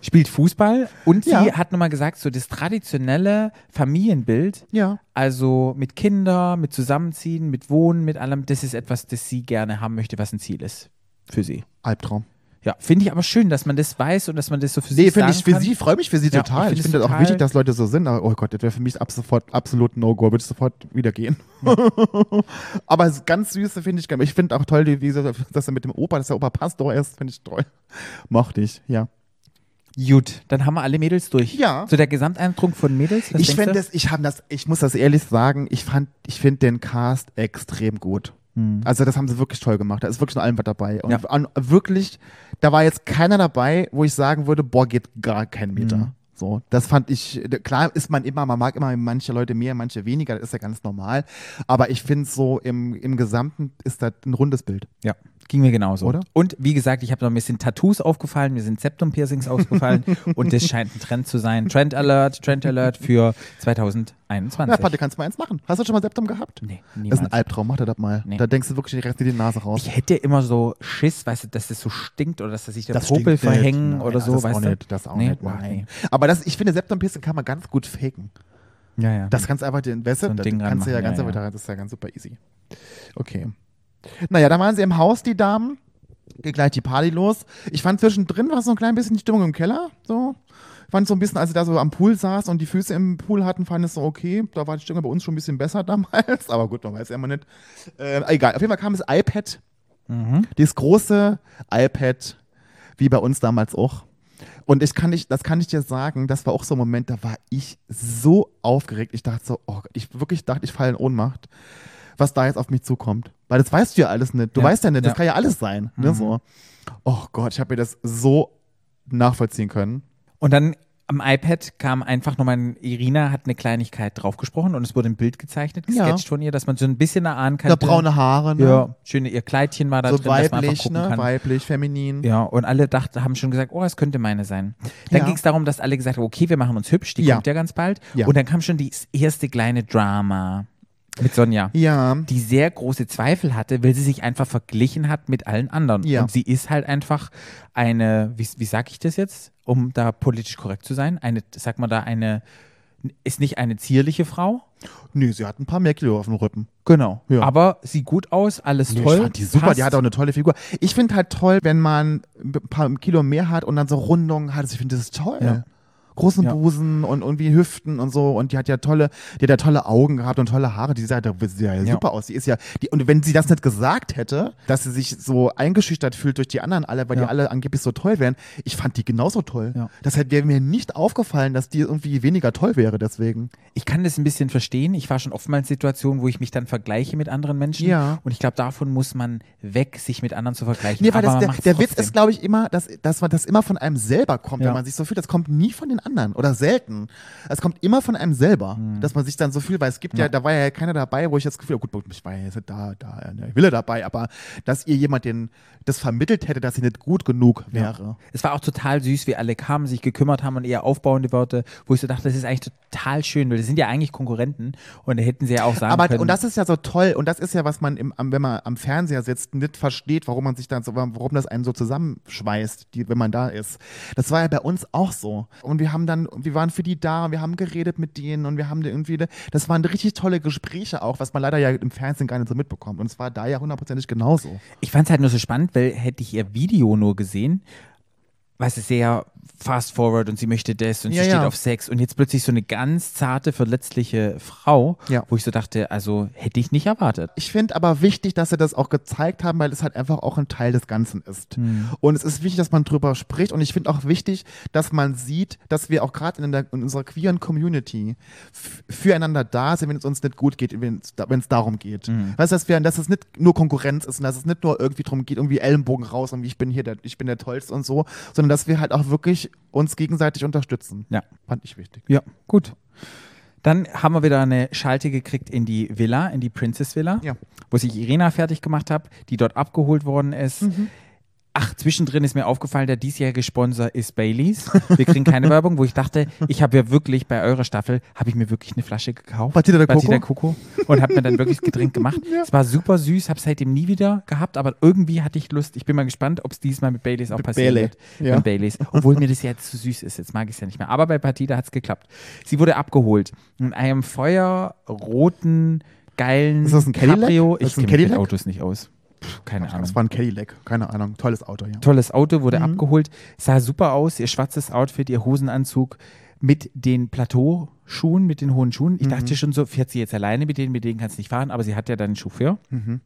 C: spielt Fußball und sie
D: Ja.
C: hat nochmal gesagt, so das traditionelle Familienbild,
D: Ja.
C: also mit Kinder, mit Zusammenziehen, mit Wohnen, mit allem, das ist etwas, das sie gerne haben möchte, was ein Ziel ist für sie.
D: Albtraum.
C: Ja, finde ich aber schön, dass man das weiß und dass man das so für
D: Nee,
C: sich sagen
D: finde ich für
C: kann.
D: sie, freue mich für sie
C: Ja,
D: total.
C: ich
D: Ich
C: find
D: finde
C: es
D: das auch
C: total-
D: wichtig, dass Leute so sind. Aber, oh Gott, das wäre für mich ab sofort absolut No-Go. Würde ich sofort wieder gehen. Aber es- ganz süße finde ich. Ich finde auch toll, die- wie, sie- dass er mit dem Opa, dass der Opa Pastor ist, finde ich toll. Mochte ich, ja.
C: Gut, dann haben wir alle Mädels durch.
D: Ja.
C: So der Gesamteindruck von Mädels. Was
D: ich
C: denkst
D: finde
C: du?
D: das, ich habe das, ich muss das ehrlich sagen, ich fand, ich finde den Cast extrem gut. Also das haben sie wirklich toll gemacht. Da ist wirklich von allem was dabei. Und
C: Hm. Ja.
D: an, wirklich, da war jetzt keiner dabei, wo ich sagen würde, boah, geht gar kein Meter.
C: Hm.
D: So, das fand ich, klar ist man immer, man mag immer manche Leute mehr, manche weniger, das ist ja ganz normal. Aber ich finde so im, im Gesamten ist das ein rundes Bild.
C: Ja, ging mir genauso.
D: Oder?
C: Und wie gesagt, ich habe noch ein bisschen Tattoos aufgefallen, mir sind Septum-Piercings aufgefallen und das scheint ein Trend zu sein. Trend Alert, Trend Alert für 2021.
D: Ja, Patti, kannst du mal eins machen? Hast du schon mal Septum gehabt?
C: Nee,
D: Das ist
C: niemals.
D: ein Albtraum, mach dir das mal.
C: Nee.
D: Da denkst du wirklich direkt dir die Nase raus.
C: Ich hätte immer so Schiss, weißt du, dass es so stinkt oder dass sich der
D: das
C: Popel
D: stinkt nicht.
C: verhängen
D: Nein,
C: oder
D: also
C: so,
D: das
C: weißt
D: auch
C: du?
D: Nicht, das auch
C: Nee,
D: nicht,
C: boah, nee.
D: nein. Aber das, ich finde, Septum-Piercing kann man ganz gut faken.
C: Ja, ja.
D: Das kannst du einfach den weißt
C: So
D: du,
C: ein
D: das
C: Ding
D: kannst du ja
C: ranmachen,
D: ganz
C: ja,
D: einfach,
C: ja.
D: da- das ist ja ganz super easy. Okay. Naja, da waren sie im Haus, die Damen. Geht gleich die Party los. Ich fand zwischendrin war so ein klein bisschen die Stimmung im Keller. So. Ich fand so ein bisschen, als sie da so am Pool saß und die Füße im Pool hatten, fand ich so, okay, da war die Stimmung bei uns schon ein bisschen besser damals. Aber gut, man weiß ja immer nicht. Äh, egal, auf jeden Fall kam das iPad.
C: Mhm.
D: Dieses große iPad, wie bei uns damals auch. Und ich kann nicht, das kann ich dir sagen, das war auch so ein Moment, da war ich so aufgeregt. Ich dachte so, oh Gott, ich wirklich dachte, ich falle in Ohnmacht, was da jetzt auf mich zukommt. Weil das weißt du ja alles nicht. Du
C: Ja,
D: weißt ja nicht,
C: ja. Mhm.
D: das kann ja alles sein. Ne, so. Oh Gott, ich habe mir das so nachvollziehen können.
C: Und dann Am iPad kam einfach nochmal, Irina hat eine Kleinigkeit draufgesprochen und es wurde ein Bild gezeichnet,
D: Ja.
C: gesketcht von ihr, dass man so ein bisschen erahnen kann.
D: Da braune Haare, ne?
C: Ja, schöne, ihr Kleidchen war da
D: so
C: drin, dass man einfach
D: weiblich,
C: gucken
D: ne?
C: kann.
D: Weiblich, feminin.
C: Ja, und alle dachten, haben schon gesagt, oh, es könnte meine sein. Dann
D: Ja.
C: ging es darum, dass alle gesagt haben, okay, wir machen uns hübsch, die
D: Ja.
C: kommt ja ganz bald.
D: Ja.
C: Und dann kam schon das erste kleine Drama mit Sonja,
D: Ja.
C: die sehr große Zweifel hatte, weil sie sich einfach verglichen hat mit allen anderen.
D: Ja.
C: Und sie ist halt einfach eine, wie, wie sag ich das jetzt, um da politisch korrekt zu sein, eine, sag mal da, eine, ist nicht eine zierliche Frau.
D: Nee, sie hat ein paar mehr Kilo auf dem Rücken.
C: Genau.
D: Ja.
C: Aber sieht gut aus, alles
D: Nee,
C: toll.
D: Ich fand die super,
C: passt.
D: die hat auch eine tolle Figur. Ich finde halt toll, wenn man ein paar Kilo mehr hat und dann so Rundungen hat. Ich finde das ist toll.
C: Ja.
D: Großen
C: Ja.
D: Busen und irgendwie Hüften und so. Und die hat ja tolle, die hat ja tolle Augen gehabt und tolle Haare. Die sah da sieht ja, super aus. Die ist ja, die, und wenn sie das nicht gesagt hätte, dass sie sich so eingeschüchtert fühlt durch die anderen alle, weil
C: Ja.
D: die alle angeblich so toll wären, ich fand die genauso toll.
C: Ja.
D: Das hätte- wäre mir nicht aufgefallen, dass die irgendwie weniger toll wäre deswegen.
C: ich kann das ein bisschen verstehen. Ich war schon oftmals in Situationen, wo ich mich dann vergleiche mit anderen Menschen.
D: Ja.
C: Und ich glaube, davon muss man weg, sich mit anderen zu vergleichen.
D: Nee, weil
C: Aber
D: das,
C: man
D: der,
C: macht's
D: der Witz
C: trotzdem.
D: ist, glaube ich, immer, dass, dass man das immer von einem selber kommt,
C: Ja.
D: wenn man sich so fühlt. Das kommt nie von den anderen oder selten. Es kommt immer von einem selber,
C: Hm.
D: dass man sich dann so fühlt, weil es gibt ja. da war ja keiner dabei, wo ich das Gefühl, oh gut, ich war ja jetzt nicht da, da, ja, ne, ich will ja dabei, aber dass ihr jemand den, das vermittelt hätte, dass sie nicht gut genug wäre.
C: es war auch total süß, wie alle kamen, sich gekümmert haben und eher aufbauende Worte, wo ich so dachte, das ist eigentlich total schön, weil das sind ja eigentlich Konkurrenten und da hätten sie ja auch sagen
D: Aber
C: können.
D: und das ist ja so toll und das ist ja was man im, am- wenn man am Fernseher sitzt nicht versteht, warum man sich dann so warum das einen so zusammenschweißt, die, wenn man da ist. Das war ja bei uns auch so und wir haben dann wir waren für die da, wir haben geredet mit denen und wir haben da irgendwie das waren richtig tolle Gespräche auch, was man leider ja im Fernsehen gar nicht so mitbekommt und es war da ja hundertprozentig genauso.
C: ich fand es halt nur so spannend, weil hätte ich ihr Video nur gesehen, was ist sehr fast forward und sie möchte das und
D: Ja,
C: sie steht
D: ja.
C: auf Sex und jetzt plötzlich so eine ganz zarte, verletzliche Frau,
D: Ja.
C: wo ich so dachte, also hätte ich nicht erwartet.
D: Ich finde aber wichtig, dass sie das auch gezeigt haben, weil es halt einfach auch ein Teil des Ganzen ist. Und es ist wichtig, dass man drüber spricht. Und ich finde auch wichtig, dass man sieht, dass wir auch gerade in, der- in unserer queeren Community f- füreinander da sind, wenn es uns nicht gut geht, wenn es da- wenn es darum geht. Weißt du, dass, wir, dass es nicht nur Konkurrenz ist und dass es nicht nur irgendwie darum geht, irgendwie Ellenbogen raus und wie ich bin hier der, ich bin der Tollste und so, sondern dass wir halt auch wirklich uns gegenseitig unterstützen.
C: Ja.
D: Fand ich wichtig.
C: Ja, gut. Dann haben wir wieder eine Schalte gekriegt in die Villa, in die Princess Villa,
D: Ja.
C: wo sich Irena fertig gemacht hat, die dort abgeholt worden ist.
D: Mhm.
C: Ach, zwischendrin ist mir aufgefallen, der diesjährige Sponsor ist Baileys. Wir kriegen keine Werbung, wo ich dachte, ich habe ja wirklich bei eurer Staffel, habe ich mir wirklich eine Flasche gekauft.
D: Batida de
C: Batida
D: Coco?
C: Coco. Und habe mir dann wirklich das Getränk gemacht. Es war super süß, habe es seitdem nie wieder gehabt, aber irgendwie hatte ich Lust. Ich bin mal gespannt, ob es diesmal mit Baileys auch passieren
D: Bailey,
C: wird.
D: ja.
C: Mit Baileys. Obwohl mir das ja jetzt zu süß ist. Jetzt mag ich es ja nicht mehr. Aber bei Partida hat es geklappt. Sie wurde abgeholt in einem feuerroten, geilen
D: Ist das ein Cadillac?
C: Cabrio. Ich
D: Ist das ein
C: kenne mich mit
D: Cadillac?
C: Autos nicht aus. Pff, keine Ahnung.
D: Das war Mhm. ein Cadillac, keine Ahnung. Tolles Auto, ja.
C: Tolles Auto, wurde abgeholt. Sah super aus. Ihr schwarzes Outfit, ihr Hosenanzug mit den Plateauschuhen, mit den hohen Schuhen. Ich
D: Mhm.
C: dachte schon so, fährt sie jetzt alleine mit denen, mit denen kannst du nicht fahren, aber sie hat ja dann einen Chauffeur.
D: Mhm.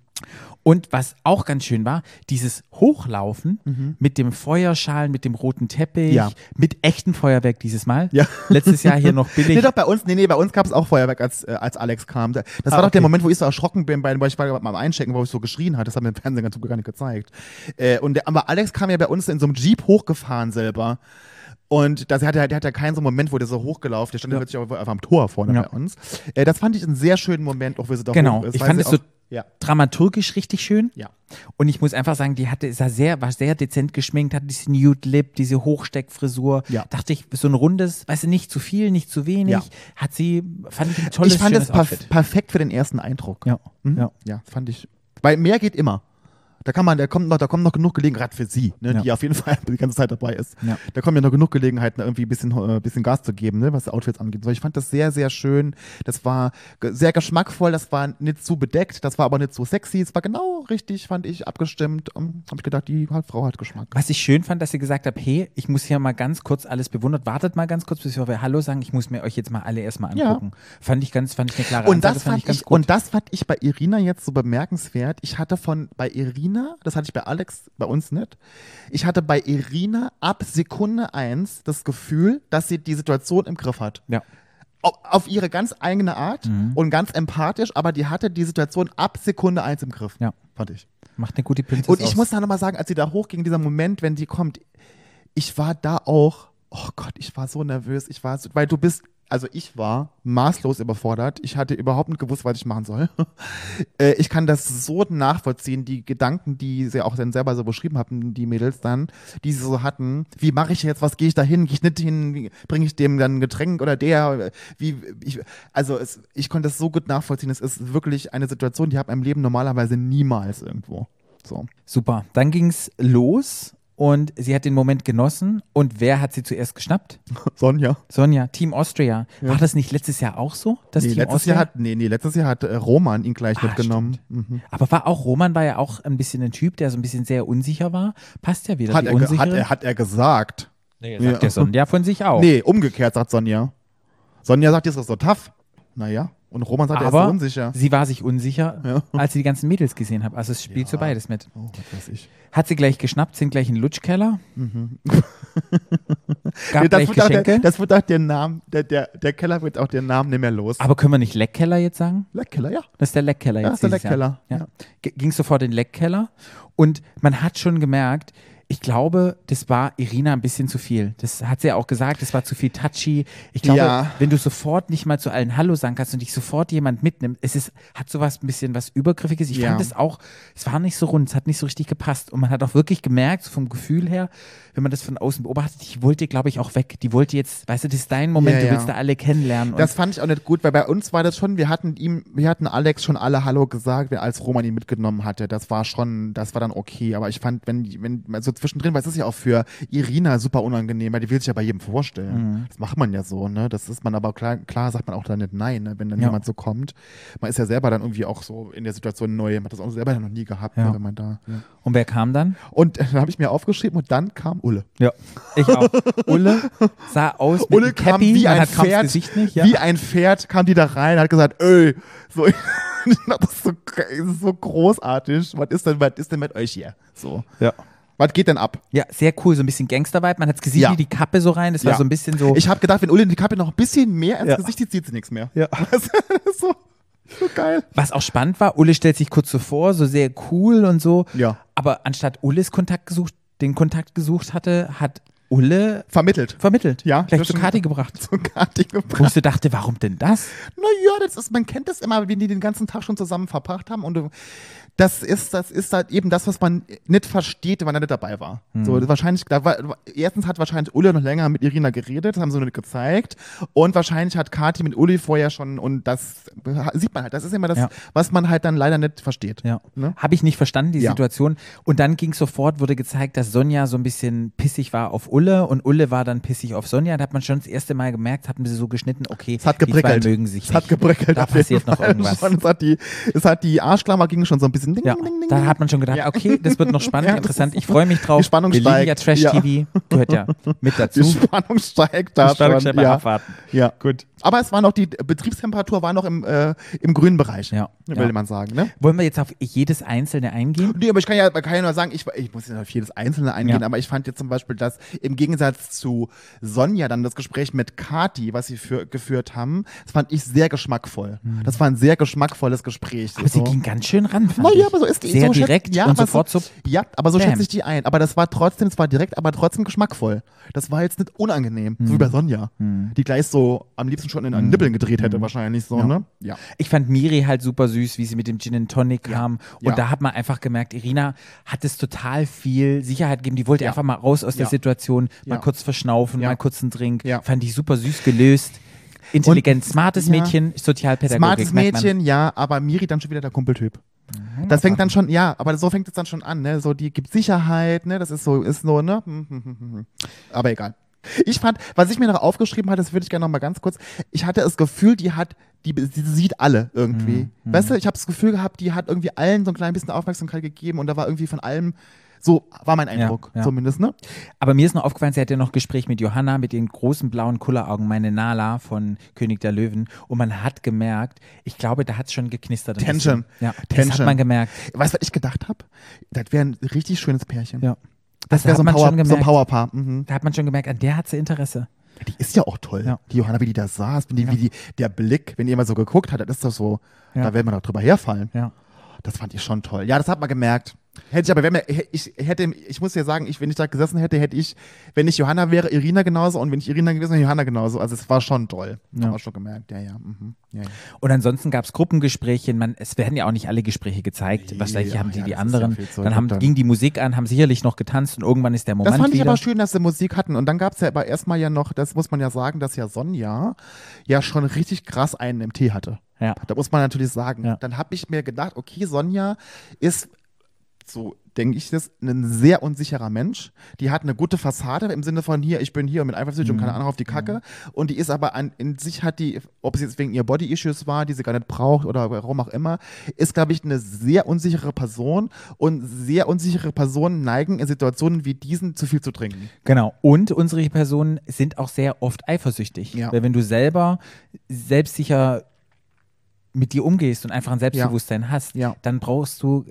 C: Und was auch ganz schön war, dieses Hochlaufen mit dem Feuerschalen, mit dem roten Teppich,
D: Mhm. Ja.
C: mit echtem Feuerwerk dieses Mal.
D: Ja.
C: Letztes Jahr hier noch billig.
D: Nee, doch, bei uns, nee, nee, bei uns gab es auch Feuerwerk, als, äh, als Alex kam. Das war doch
C: Ah, okay.
D: der Moment, wo ich so erschrocken bin, bei, weil ich war gerade mal am Einchecken, wo ich so geschrien hatte. Das haben wir im Fernsehen ganz gar nicht gezeigt. Äh, und der, aber Alex kam ja bei uns in so einem Jeep hochgefahren selber. Und das, der, hatte, der hatte ja keinen so einen Moment, wo der so hochgelaufen der stand ja. plötzlich auch einfach am Tor vorne
C: Ja.
D: bei uns. Äh, das fand ich einen sehr schönen Moment, auch wie sie da
C: Genau.
D: hoch ist.
C: Ich
D: weil
C: fand
D: sie
C: es so-
D: auch- Ja,
C: dramaturgisch richtig schön.
D: ja.
C: Und ich muss einfach sagen, die hatte, sah sehr, war sehr dezent geschminkt, hatte diese Nude Lip, diese Hochsteckfrisur.
D: Ja.
C: Dachte ich, so ein rundes, weißt du, nicht zu viel, nicht zu wenig.
D: Ja.
C: Hat sie, fand ich ein tolles
D: ich fand
C: schönes
D: es perf
C: Outfit.
D: perfekt für den ersten Eindruck.
C: Ja.
D: Mhm.
C: ja.
D: Ja, fand ich. Weil mehr geht immer. Da kann man, da kommt noch, da kommt noch genug Gelegenheit für sie, ne,
C: Ja.
D: die auf jeden Fall die ganze Zeit dabei ist.
C: Ja.
D: Da kommen ja noch genug Gelegenheiten, irgendwie ein bisschen, äh, bisschen Gas zu geben, ne, was die Outfits angeht. So, ich fand das sehr, sehr schön. Das war ge- sehr geschmackvoll, das war nicht zu bedeckt, das war aber nicht zu sexy. Es war genau richtig, fand ich, abgestimmt. Um, Habe ich gedacht, die hat- Frau hat Geschmack.
C: Was ich schön fand, dass sie gesagt hat, hey, ich muss hier mal ganz kurz alles bewundert. Wartet mal ganz kurz, bis wir Hallo sagen. Ich muss mir euch jetzt mal alle erstmal
D: Ja.
C: angucken. Fand ich ganz, fand ich eine klare
D: Und
C: Ansage,
D: das, fand
C: ganz
D: ich, und das fand ich bei Irina jetzt so bemerkenswert. Ich hatte von bei Irina, das hatte ich bei Alex, bei uns nicht, ich hatte bei Irina ab Sekunde eins das Gefühl, dass sie die Situation im Griff hat.
C: ja. Mhm.
D: Au- Auf ihre ganz eigene Art und ganz empathisch, aber die hatte die Situation ab Sekunde eins im Griff.
C: Ja.
D: Fand ich.
C: Macht eine gute Prinzessin.
D: Und ich muss da nochmal sagen, als sie da hochging, dieser Moment, wenn sie kommt, ich war da auch oh Gott, ich war so nervös, ich war so, weil du bist, also ich war maßlos überfordert. Ich hatte überhaupt nicht gewusst, was ich machen soll. Äh, ich kann das so nachvollziehen, die Gedanken, die sie auch dann selber so beschrieben hatten, die Mädels dann, die sie so hatten. Wie mache ich jetzt? Was gehe ich da hin? Gehe ich nicht hin? Bringe ich dem dann ein Getränk oder der? Wie, ich, also es, ich konnte das so gut nachvollziehen. Es ist wirklich eine Situation, die habe ich im Leben normalerweise niemals irgendwo. So.
C: Super. Dann ging's los und sie hat den Moment genossen. Und wer hat sie zuerst geschnappt?
D: Sonja.
C: Sonja, Team Austria. War das nicht letztes Jahr auch so? Das
D: Nee,
C: Team
D: letztes
C: Austria?
D: Jahr hat, nee, nee, letztes Jahr hat äh, Roman ihn gleich
C: Ah,
D: mitgenommen. Mhm.
C: Aber war auch Roman war ja auch ein bisschen ein Typ, der so ein bisschen sehr unsicher war. Passt ja wieder.
D: Hat,
C: die
D: er, ge- hat,
C: Unsichere.
D: er, hat er gesagt.
C: Nee,
D: Ja.
C: sagt ja. Sonja von sich auch.
D: Nee, umgekehrt, sagt Sonja. Sonja sagt, jetzt ist das so tough. Naja. Und Roman sagt, er ist
C: Aber
D: so unsicher.
C: sie war sich unsicher,
D: Ja.
C: als sie die ganzen Mädels gesehen hat. Also es spielt so beides mit.
D: Oh, was weiß ich.
C: Hat sie gleich geschnappt, sind gleich in den Lutschkeller. Gab
D: Mhm. Nee, das,
C: gleich
D: wird auch der,
C: Geschenke.
D: das wird auch den Namen, der, der, der Keller wird auch den Namen nicht mehr los.
C: Aber können wir nicht Leckkeller jetzt sagen?
D: Leckkeller, ja.
C: Das ist der Leckkeller
D: Ja,
C: jetzt.
D: ist der
C: dieses Jahr.
D: Leckkeller,
C: Ja.
D: ja.
C: G- Ging sofort in den Leckkeller. Und man hat schon gemerkt, ich glaube, das war Irina ein bisschen zu viel. Das hat sie ja auch gesagt, das war zu viel touchy. Ich glaube,
D: Ja.
C: wenn du sofort nicht mal zu allen Hallo sagen kannst und dich sofort jemand mitnimmt, es ist, hat sowas ein bisschen was Übergriffiges. Ich
D: Ja.
C: fand es auch, es war nicht so rund, es hat nicht so richtig gepasst. Und man hat auch wirklich gemerkt, so vom Gefühl her, wenn man das von außen beobachtet, die wollte, glaube ich, auch weg. Die wollte jetzt, weißt du, das ist dein Moment,
D: Ja,
C: du
D: ja.
C: willst da alle kennenlernen. Und
D: Das fand ich auch nicht gut, weil bei uns war das schon, wir hatten ihm, wir hatten Alex schon alle Hallo gesagt, wer- als Roman ihn mitgenommen hatte. Das war schon, das war dann okay. Aber ich fand, wenn, wenn, also zwischendrin, weil es ist ja auch für Irina super unangenehm, weil die will sich ja bei jedem
C: Mhm.
D: vorstellen. Das macht man ja so, ne? Das ist man aber klar, klar sagt man auch dann nicht nein, ne? wenn dann
C: Ja.
D: jemand so kommt. Man ist ja selber dann irgendwie auch so in der Situation neu, man hat das auch selber noch nie gehabt,
C: Ja.
D: ne, wenn man da.
C: und wer kam dann?
D: Und äh, dann habe ich mir aufgeschrieben und dann kam Ulle.
C: Ja, ich auch. Ulle sah aus mit
D: Ulle
C: einem
D: kam
C: Cappy,
D: wie
C: man
D: ein
C: hat Kamps
D: Pferd,
C: Gesicht nicht, ja.
D: wie ein Pferd kam die da rein, hat gesagt, öh, so, ich dachte, das ist so, ge- das ist so großartig. Was ist denn, was ist denn mit euch hier? So,
C: ja.
D: was geht denn ab?
C: ja, sehr cool, so ein bisschen Gangster-Vibe. Man hat gesehen,
D: Ja.
C: wie die Kappe so rein, das war
D: Ja.
C: so ein bisschen so.
D: Ich habe gedacht, wenn Ulle die Kappe noch ein bisschen mehr ins
C: Oh. Ja.
D: Gesicht zieht, sieht sie nichts mehr.
C: Ja.
D: Das ist so, so geil.
C: was auch spannend war, Ulle stellt sich kurz so vor, so sehr cool und so.
D: Ja.
C: Aber anstatt Ulles Kontakt gesucht, den Kontakt gesucht hatte, hat Ulle
D: Vermittelt.
C: vermittelt.
D: Ja,
C: Gleich
D: das
C: zu
D: stimmt.
C: Kati gebracht.
D: So Kati
C: Wo
D: gebracht.
C: ich so dachte, warum denn das?
D: Naja, das ist, man kennt das immer, wenn die den ganzen Tag schon zusammen verbracht haben und äh, das ist, das ist halt eben das, was man nicht versteht, wenn man da nicht dabei war. So,
C: Hm.
D: das wahrscheinlich, da war, erstens hat wahrscheinlich Ulle noch länger mit Irina geredet, das haben sie noch nicht gezeigt. Und wahrscheinlich hat Kati mit Uli vorher schon, und das sieht man halt, das ist immer das,
C: Ja.
D: was man halt dann leider nicht versteht.
C: Ja.
D: Ne?
C: Habe ich nicht verstanden, die
D: Ja.
C: Situation. Und dann ging sofort, wurde gezeigt, dass Sonja so ein bisschen pissig war auf Ulle und Ulle war dann pissig auf Sonja. Da hat man schon das erste Mal gemerkt, hatten sie so geschnitten, okay,
D: Es hat
C: die zwei
D: geprickelt.
C: mögen sich
D: es hat
C: nicht.
D: geprickelt.
C: Da
D: auf jeden
C: passiert noch
D: Fall
C: irgendwas.
D: Schon. Es hat die, es hat die Arschklammer ging schon so ein bisschen ding,
C: Ja,
D: ding, ding, ding.
C: da hat man schon gedacht,
D: Ja.
C: okay, das wird noch spannend,
D: Ja, das
C: interessant.
D: ist-
C: Ich freue mich drauf.
D: Die Spannung
C: Wir lieben ja
D: steigt. Ja.
C: Trash-TV, gehört ja mit dazu.
D: die Spannung steigt da
C: Die Spannung
D: schon.
C: steigt bei
D: ja.
C: Abwarten.
D: Ja. Gut. Aber es war noch, die Betriebstemperatur war noch im, äh, im grünen Bereich.
C: Ja.
D: Würde
C: Ja.
D: man sagen, ne?
C: Wollen wir jetzt auf jedes Einzelne eingehen?
D: Nee, aber ich kann ja, man kann ja nur sagen, ich, ich muss jetzt auf jedes Einzelne eingehen,
C: Ja.
D: aber ich fand jetzt zum Beispiel, dass im Gegensatz zu Sonja dann das Gespräch mit Kati, was sie für, geführt haben, das fand ich sehr geschmackvoll. Das war ein sehr geschmackvolles Gespräch.
C: Aber sie
D: so.
C: ging ganz schön ran, fand
D: Na ja,
C: ich.
D: aber so ist die
C: Sehr
D: so schätzt-
C: direkt
D: ja,
C: und
D: aber
C: sofort
D: so,
C: so,
D: Ja, aber so
C: Bam.
D: schätze ich die ein. Aber das war trotzdem, es war direkt, aber trotzdem geschmackvoll. Das war jetzt nicht unangenehm,
C: Hm.
D: so wie bei Sonja, die gleich so am liebsten schon in einen Nippeln gedreht hätte wahrscheinlich so,
C: Hm. Ja.
D: ne? Ja.
C: Ich fand Miri halt super süß, wie sie mit dem Gin and Tonic kam. Und
D: Ja.
C: da hat man einfach gemerkt, Irina hat es total viel Sicherheit gegeben. Die wollte
D: Ja.
C: einfach mal raus aus der
D: Ja.
C: Situation, mal
D: Ja.
C: kurz verschnaufen,
D: Ja.
C: mal kurz einen Trink.
D: Ja.
C: Fand ich super süß gelöst. Intelligent, smartes
D: ja.
C: Mädchen, Sozialpädagogik.
D: Smartes
C: merkt man. Mhm.
D: Mädchen, ja, aber Miri dann schon wieder der Kumpeltyp. Das fängt dann schon, ja, aber so fängt es dann schon an, ne? So, die gibt Sicherheit, ne? Das ist so, ist so, ne? Hm, hm, hm, hm, hm. Aber egal. Ich fand, was ich mir noch aufgeschrieben hatte, das würde ich gerne noch mal ganz kurz. Ich hatte das Gefühl, die hat, die, die sieht alle
C: Mhm,
D: irgendwie. Weißt du, ich habe das Gefühl gehabt, die hat irgendwie allen so ein klein bisschen Aufmerksamkeit gegeben und da war irgendwie von allem, so war mein Eindruck
C: ja.
D: zumindest, ne?
C: Aber mir ist noch aufgefallen, sie hatte noch Gespräch mit Johanna mit ihren großen blauen Kulleraugen, meine Nala von König der Löwen. Und man hat gemerkt, ich glaube, da hat es schon geknistert. ein
D: Tension.
C: bisschen. Ja, Das hat
D: Tension.
C: man gemerkt.
D: Weißt du, was ich gedacht habe? Das wäre ein richtig schönes Pärchen.
C: Ja.
D: Das
C: Also
D: wäre
C: hat
D: so, ein
C: man
D: Power,
C: schon
D: so ein
C: gemerkt.
D: Powerpaar. Mhm.
C: Da hat man schon gemerkt, an der hat sie Interesse.
D: Die ist ja auch toll.
C: Ja.
D: Die Johanna, wie die da saß, wenn die, wie die, der Blick, wenn ihr mal so geguckt hat, das ist doch so,
C: Ja.
D: da werden wir doch drüber herfallen.
C: Ja.
D: Das fand ich schon toll. Ja, das hat man gemerkt. Hätte ich aber, wenn mir, ich hätte, ich muss ja sagen, ich, wenn ich da gesessen hätte, hätte ich, wenn ich Johanna wäre, Irina genauso und wenn ich Irina gewesen wäre, Johanna genauso. Also es war schon toll. Ja. Haben wir schon gemerkt. Ja, ja. Mhm. ja, ja.
C: Und ansonsten gab es Gruppengespräche. Man, es werden ja auch nicht alle Gespräche gezeigt. Wahrscheinlich
D: Ja,
C: haben die
D: ja,
C: die
D: das ist ja
C: anderen.
D: viel Zeug
C: dann haben,
D: und dann-
C: ging die Musik an, haben sicherlich noch getanzt und irgendwann ist der Moment
D: Das fand ich
C: wieder.
D: aber schön, dass sie Musik hatten. Und dann gab es ja aber erstmal ja noch, das muss man ja sagen, dass ja Sonja ja schon richtig krass einen im Tee hatte.
C: ja.
D: Da muss man natürlich sagen.
C: Ja.
D: Dann habe ich mir gedacht, okay, Sonja ist, so denke ich das, ein sehr unsicherer Mensch. Die hat eine gute Fassade im Sinne von hier, ich bin hier und mit Eifersucht und keine Ahnung auf die Kacke. Und die ist aber an, in sich hat die, ob es jetzt wegen ihr Body-Issues war, die sie gar nicht braucht oder warum auch immer, ist, glaube ich, eine sehr unsichere Person. Und sehr unsichere Personen neigen in Situationen wie diesen zu viel zu trinken.
C: Genau. Und unsere Personen sind auch sehr oft eifersüchtig.
D: Ja.
C: Weil wenn du selber selbstsicher mit dir umgehst und einfach ein Selbstbewusstsein hast,
D: Ja.
C: dann brauchst du,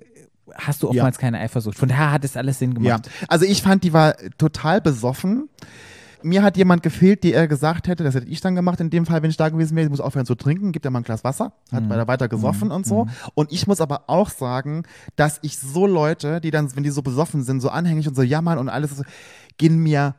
C: hast du oftmals keine Eifersucht. Von daher hat es alles Sinn gemacht.
D: Ja, also ich fand, die war total besoffen. Mir hat jemand gefehlt, der er gesagt hätte, das hätte ich dann gemacht, in dem Fall, wenn ich da gewesen wäre, ich muss aufhören zu trinken, gibt ja mal ein Glas Wasser, hat weiter, weiter gesoffen und so. Und ich muss aber auch sagen, dass ich so Leute, die dann, wenn die so besoffen sind, so anhängig und so jammern und alles, gehen mir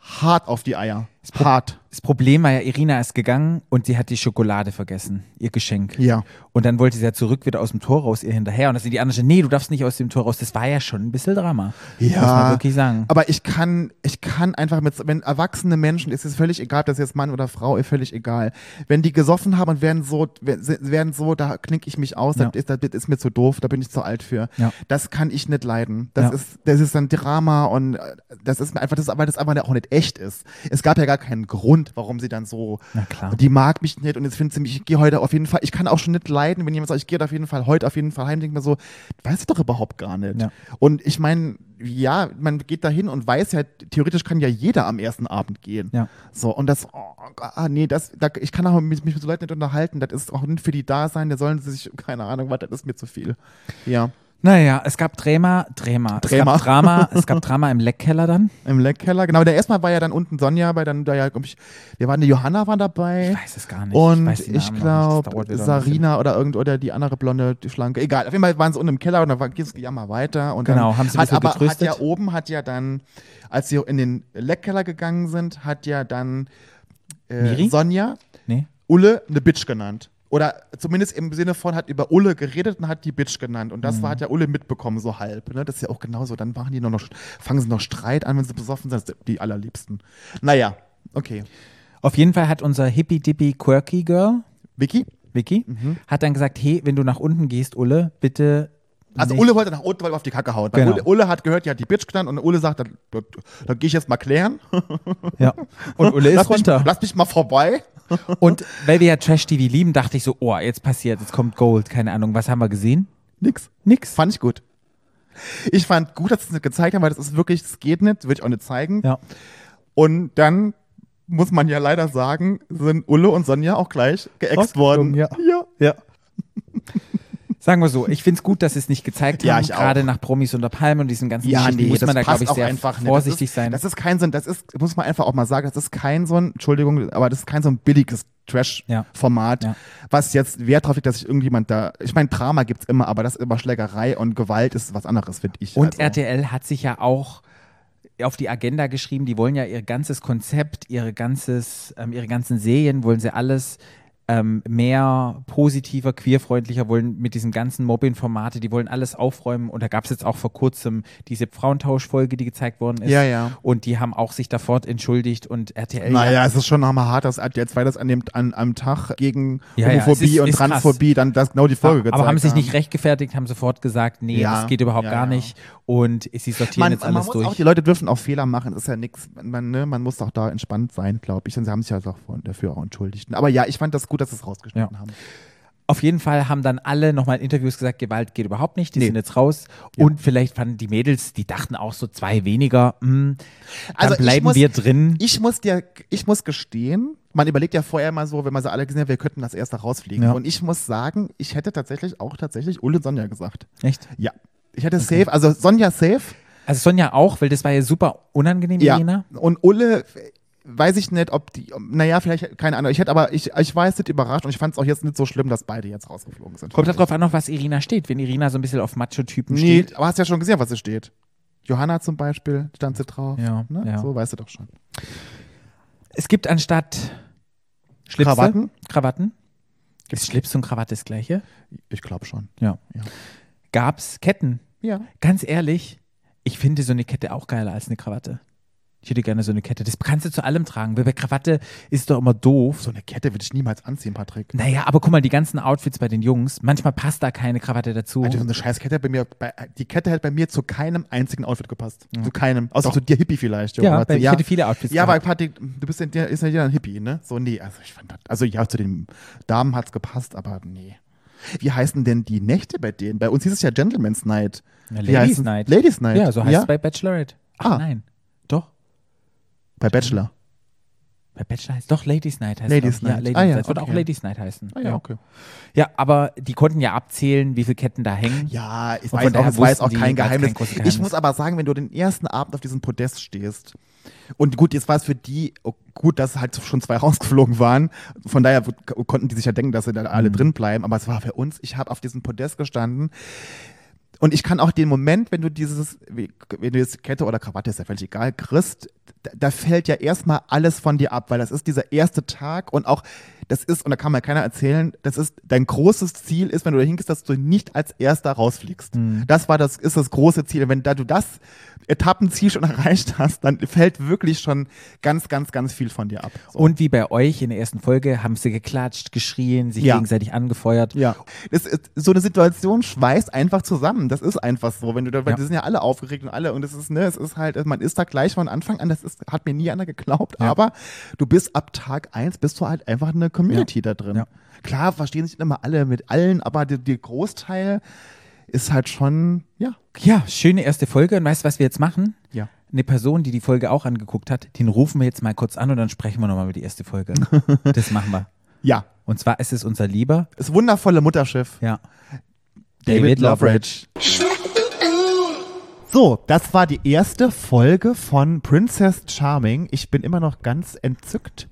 D: hart auf die Eier. Hart.
C: Das Problem war ja, Irina ist gegangen und sie hat die Schokolade vergessen, ihr Geschenk.
D: Ja.
C: Und dann wollte sie ja zurück wieder aus dem Tor raus, ihr hinterher. Und dann sind die anderen schon, nee, du darfst nicht aus dem Tor raus. Das war ja schon ein bisschen Drama. Muss man wirklich sagen.
D: Aber ich kann, ich kann einfach mit, wenn erwachsene Menschen, ist es völlig egal, ob das jetzt Mann oder Frau, ist völlig egal. Wenn die gesoffen haben und werden so, werden so, da klinke ich mich aus,
C: Ja.
D: das, ist, das ist mir zu doof, da bin ich zu alt für.
C: Ja.
D: Das kann ich nicht leiden. Das
C: Ja.
D: ist, das ist ein Drama und äh, das ist mir einfach, das, weil das einfach auch nicht echt ist. Es gab ja gar keinen Grund, warum sie dann so,
C: Na klar.
D: die mag mich nicht und jetzt findet sie mich, ich gehe heute auf jeden Fall, ich kann auch schon nicht leiden, wenn jemand sagt, ich gehe auf jeden Fall heute auf jeden Fall heim, denke mir so, weiß ich doch überhaupt gar nicht.
C: Ja.
D: Und ich meine, ja, man geht da hin und weiß ja, theoretisch kann ja jeder am ersten Abend gehen.
C: Ja.
D: So, und das, oh, ah, nee, das, da, ich kann auch mich, mich mit so Leuten nicht unterhalten, das ist auch nicht für die da sein, da sollen sie sich, keine Ahnung, was, das ist mir zu viel. Ja.
C: Naja, es gab Drama, Drama.
D: Drama.
C: Es gab Drama, es gab Drama im Leckkeller dann.
D: Im Leckkeller, genau, der erstmal war ja dann unten Sonja, weil dann da ja, glaub ich, wir waren, die Johanna war dabei.
C: Ich weiß es gar nicht.
D: Und
C: weiß
D: ich,
C: die Namen noch nicht. Das
D: glaube,
C: dauert wieder ein
D: Sarina oder irgend oder die andere blonde, die schlanke, egal. Auf jeden Fall waren sie unten im Keller und dann ging es ja mal weiter. Und
C: Genau,
D: dann
C: haben sie ein
D: hat,
C: bisschen
D: aber hat
C: getröstet.
D: ja oben, hat ja dann, als sie in den Leckkeller gegangen sind, hat ja dann äh,
C: Miri?
D: Sonja
C: bisschen. Nee.
D: Ulle eine Bitch genannt. Oder zumindest im Sinne von hat über Ulle geredet und hat die Bitch genannt. Und das
C: Mhm.
D: war, hat ja Ulle mitbekommen, so halb. Ne? Das ist ja auch genauso. Dann machen die nur noch, fangen sie noch Streit an, wenn sie besoffen sind. Das sind die allerliebsten. Naja, okay.
C: Auf jeden Fall hat unser hippie-dippy quirky Girl,
D: Vicky?
C: Vicky,
D: Mhm.
C: hat dann gesagt, hey, wenn du nach unten gehst, Ulle, bitte
D: Also
C: nicht.
D: Ulle wollte nach unten, weil wir auf die Kacke hauen. Weil
C: Genau.
D: Ulle, Ulle hat gehört, die hat die Bitch genannt und Ulle sagt, dann, dann, dann gehe ich jetzt mal klären.
C: Ja. Und Ulle ist
D: lass, mich,
C: runter.
D: lass mich mal vorbei.
C: Und weil wir ja Trash-TV lieben, dachte ich so, oh, jetzt passiert, jetzt kommt Gold, keine Ahnung. Was haben wir gesehen?
D: Nix.
C: Nix.
D: Fand ich gut. Ich fand gut, dass sie es nicht gezeigt haben, weil das ist wirklich, das geht nicht, würde ich auch nicht zeigen.
C: Ja.
D: Und dann muss man ja leider sagen, sind Ulle und Sonja auch gleich geäxt worden.
C: Rausgeflogen, ja.
D: ja.
C: Ja. Sagen wir so, ich finde es gut, dass sie es nicht gezeigt
D: Ja,
C: haben,
D: ich auch.
C: gerade nach Promis unter Palmen und diesen ganzen Geschichten muss man da, glaube ich,
D: auch
C: sehr
D: einfach nicht.
C: vorsichtig
D: das ist,
C: sein.
D: Das ist kein so ein, das ist, muss man einfach auch mal sagen, das ist kein so ein, Entschuldigung, aber das ist kein so ein billiges
C: Ja.
D: Trash-Format,
C: Ja.
D: was jetzt Wert drauf legt, dass sich irgendjemand da, ich meine, Drama gibt's immer, aber das ist immer Schlägerei und Gewalt ist was anderes, finde ich.
C: Und
D: also.
C: RTL hat sich ja auch auf die Agenda geschrieben, die wollen ja ihr ganzes Konzept, ihre, ganzes, ähm, ihre ganzen Serien, wollen sie alles ähm, mehr positiver, queerfreundlicher, wollen mit diesem ganzen Mobbing-Formate, die wollen alles aufräumen. Und da gab es jetzt auch vor kurzem diese Frauentauschfolge, die gezeigt worden ist.
D: Ja, ja.
C: Und die haben auch sich davor entschuldigt und RTL.
D: Naja, es ist schon nochmal hart, dass RTL 2 das an dem, an, am Tag gegen
C: Ja, ja, es
D: Homophobie
C: ist-
D: und
C: ist krass.
D: Transphobie dann das genau die Folge gezeigt
C: aber haben sich nicht
D: recht.
C: rechtgefertigt, haben sofort gesagt, nee,
D: Ja,
C: das geht überhaupt
D: ja,
C: gar
D: ja.
C: nicht. Und sie sortieren
D: Man,
C: jetzt
D: man
C: alles
D: muss
C: durch.
D: auch, die Leute dürfen auch Fehler machen, ist ja nichts. Man, ne, man muss auch da entspannt sein, glaube ich. Und sie haben sich ja auch von- dafür auch entschuldigt. Aber ja, ich fand das gut, dass sie es rausgeschnitten
C: Ja.
D: haben.
C: Auf jeden Fall haben dann alle nochmal in Interviews gesagt, Gewalt geht überhaupt nicht, die
D: Nee.
C: sind jetzt raus. Und vielleicht fanden die Mädels, die dachten auch so zwei weniger, mh, dann
D: Also ich
C: bleiben
D: muss-
C: wir drin.
D: Ich muss dir, ich muss gestehen, man überlegt ja vorher mal so, wenn man sie alle gesehen hat, wir könnten das erste rausfliegen.
C: Ja.
D: Und ich muss sagen, ich hätte tatsächlich auch tatsächlich Ulle und Sonja gesagt.
C: Echt?
D: Ja. Ich hätte safe, also Sonja safe.
C: Also Sonja auch, weil das war ja super unangenehm, Irina.
D: Und Ulle weiß ich nicht, ob die, naja, vielleicht, keine Ahnung. Ich hätte aber, ich, ich war jetzt nicht überrascht und ich fand es auch jetzt nicht so schlimm, dass beide jetzt rausgeflogen sind.
C: Kommt darauf an, auf was Irina steht. Wenn Irina so ein bisschen auf Macho-Typen
D: Nee,
C: steht.
D: aber hast ja schon gesehen, was da steht. Johanna zum Beispiel, stand sie drauf.
C: Ja,
D: ne?
C: ja.
D: So weißt du doch schon.
C: Es gibt anstatt Schlipse,
D: Krawatten?
C: Krawatten. Ist Schlips und Krawatte das gleiche?
D: Ich glaube schon.
C: Ja.
D: Ja.
C: Gab's Ketten.
D: Ja.
C: Ganz ehrlich, ich finde so eine Kette auch geiler als eine Krawatte. Ich hätte gerne so eine Kette. Das kannst du zu allem tragen, weil bei Krawatte ist doch immer doof.
D: So eine Kette würde ich niemals anziehen, Patrick.
C: Naja, aber guck mal, die ganzen Outfits bei den Jungs, manchmal passt da keine Krawatte dazu.
D: Alter, so eine scheiß Kette hat bei mir, bei, die Kette hätte bei mir zu keinem einzigen Outfit gepasst. Zu keinem. Außer zu dir Hippie vielleicht.
C: Ja,
D: Johanna.
C: bei- ich hätte viele Outfits
D: Ja, aber
C: gehabt.
D: Patrick, du bist ja, der- ist ja jeder ein Hippie, ne? So, nee, also ich fand das, also ja, zu den Damen hat's gepasst, aber nee. Wie heißen denn die Nächte bei denen? Bei uns hieß es ja Gentleman's Night.
C: Na,
D: Wie
C: Ladies
D: heißen-
C: Night.
D: Ladies Night.
C: Ja, so heißt es bei Bachelorette. Ach
D: Ah.
C: nein. Doch.
D: bei Bachelor.
C: Bei Bachelor heißt doch Ladies Night heißt
D: Ladies
C: es. auch.
D: Night.
C: Ja, Ladies
D: Ah, ja,
C: Night. Wird auch
D: okay.
C: Ladies Night heißen.
D: Ah, ja, okay.
C: ja, aber die konnten ja abzählen, wie viele Ketten da hängen.
D: Ja, ich
C: Mhm. Und von
D: weiß auch,
C: daher
D: es war jetzt
C: wussten
D: auch
C: die,
D: kein
C: war jetzt kein
D: Geheimnis.
C: großes
D: Ich
C: Geheimnis.
D: muss aber sagen, wenn du den ersten Abend auf diesem Podest stehst, und gut, jetzt war es für die, oh, gut, dass halt schon zwei rausgeflogen waren. Von daher w- konnten die sich ja denken, dass sie da
C: Mhm.
D: alle drin bleiben. Aber es war für uns, ich habe auf diesem Podest gestanden. Und ich kann auch den Moment, wenn du dieses, wie- wenn du jetzt Kette oder Krawatte, ist ja völlig egal, kriegst, da, da fällt ja erstmal alles von dir ab, weil das ist dieser erste Tag und auch, das ist, und da kann mir keiner erzählen, das ist, dein großes Ziel ist, wenn du dahin gehst, dass du nicht als Erster rausfliegst. Das war das, ist das große Ziel. Und wenn da du das Etappenziel schon erreicht hast, dann fällt wirklich schon ganz, ganz, ganz viel von dir ab. So.
C: Und wie bei euch in der ersten Folge haben sie geklatscht, geschrien, sich
D: Ja.
C: gegenseitig angefeuert.
D: Ja. Das ist, so eine Situation schweißt einfach zusammen. Das ist einfach so. Wenn du da, weil
C: Ja.
D: die sind ja alle aufgeregt und alle und es ist, ne, es ist halt, man ist da gleich von Anfang an, das ist, hat mir nie einer geglaubt,
C: Ja.
D: aber du bist ab Tag eins bist du halt einfach eine Community da drin.
C: Ja.
D: Klar, verstehen sich nicht immer alle mit allen, aber der, der Großteil ist halt schon, ja.
C: Ja, schöne erste Folge. Und weißt du, was wir jetzt machen?
D: Ja.
C: Eine Person, die die Folge auch angeguckt hat, den rufen wir jetzt mal kurz an und dann sprechen wir nochmal über die erste Folge. das machen wir.
D: Ja.
C: Und zwar ist es unser Lieber.
D: Das wundervolle Mutterschiff.
C: Ja.
D: So, das war die erste Folge von Princess Charming. Ich bin immer noch ganz entzückt.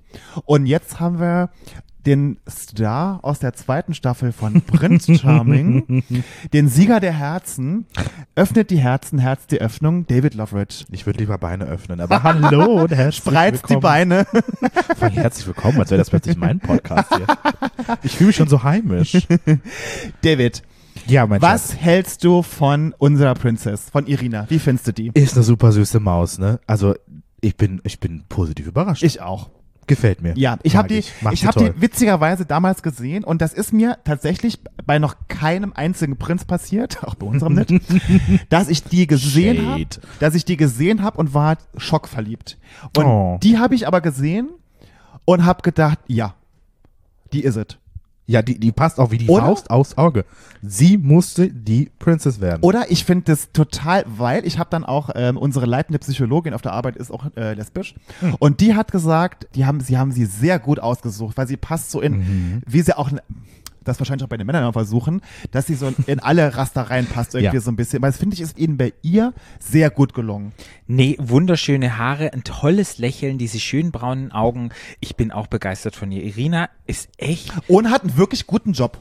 D: Und jetzt haben wir den Star aus der zweiten Staffel von Prince Charming, den Sieger der Herzen, öffnet die Herzen, Herz die Öffnung, David Loveridge.
B: Ich würde lieber Beine öffnen, aber hallo und herzlich
D: Spreizt die
B: willkommen.
D: Beine.
B: Voll Herzlich willkommen, als wäre das plötzlich mein Podcast hier. Ich fühle mich schon so heimisch.
D: David,
B: Ja, mein
D: was
B: Schatz.
D: hältst du von unserer Princess, von Irina? Wie findest du die?
B: Ist eine super süße Maus, ne? Also, ich bin, ich bin positiv überrascht.
D: Ich auch.
B: Gefällt mir.
D: Ja, ich
B: Mag
D: habe die, ich,
B: Macht sie
D: hab
B: toll.
D: die witzigerweise damals gesehen und das ist mir tatsächlich bei noch keinem einzigen Prinz passiert, auch bei unserem nicht, dass ich die gesehen habe,
B: Shade.
D: dass ich die gesehen habe und war schockverliebt. Und
B: Oh.
D: die habe ich aber gesehen und habe gedacht, ja, die ist es.
B: ja, die, die passt auch wie die
D: Oder?
B: Faust aufs Auge. Sie musste die Princess werden.
D: Oder ich finde das total, weil ich habe dann auch ähm, unsere leitende Psychologin auf der Arbeit ist auch äh, lesbisch und die hat gesagt, die haben, sie haben sie sehr gut ausgesucht, weil sie passt so in, wie sie auch das wahrscheinlich auch bei den Männern immer versuchen, dass sie so in- in alle Raster reinpasst irgendwie
B: Ja.
D: so ein bisschen. Weil das finde ich ist ihnen bei ihr sehr gut gelungen.
C: Nee, wunderschöne Haare, ein tolles Lächeln, diese schönen braunen Augen. Ich bin auch begeistert von ihr. Irina ist echt.
D: Und hat einen wirklich guten Job.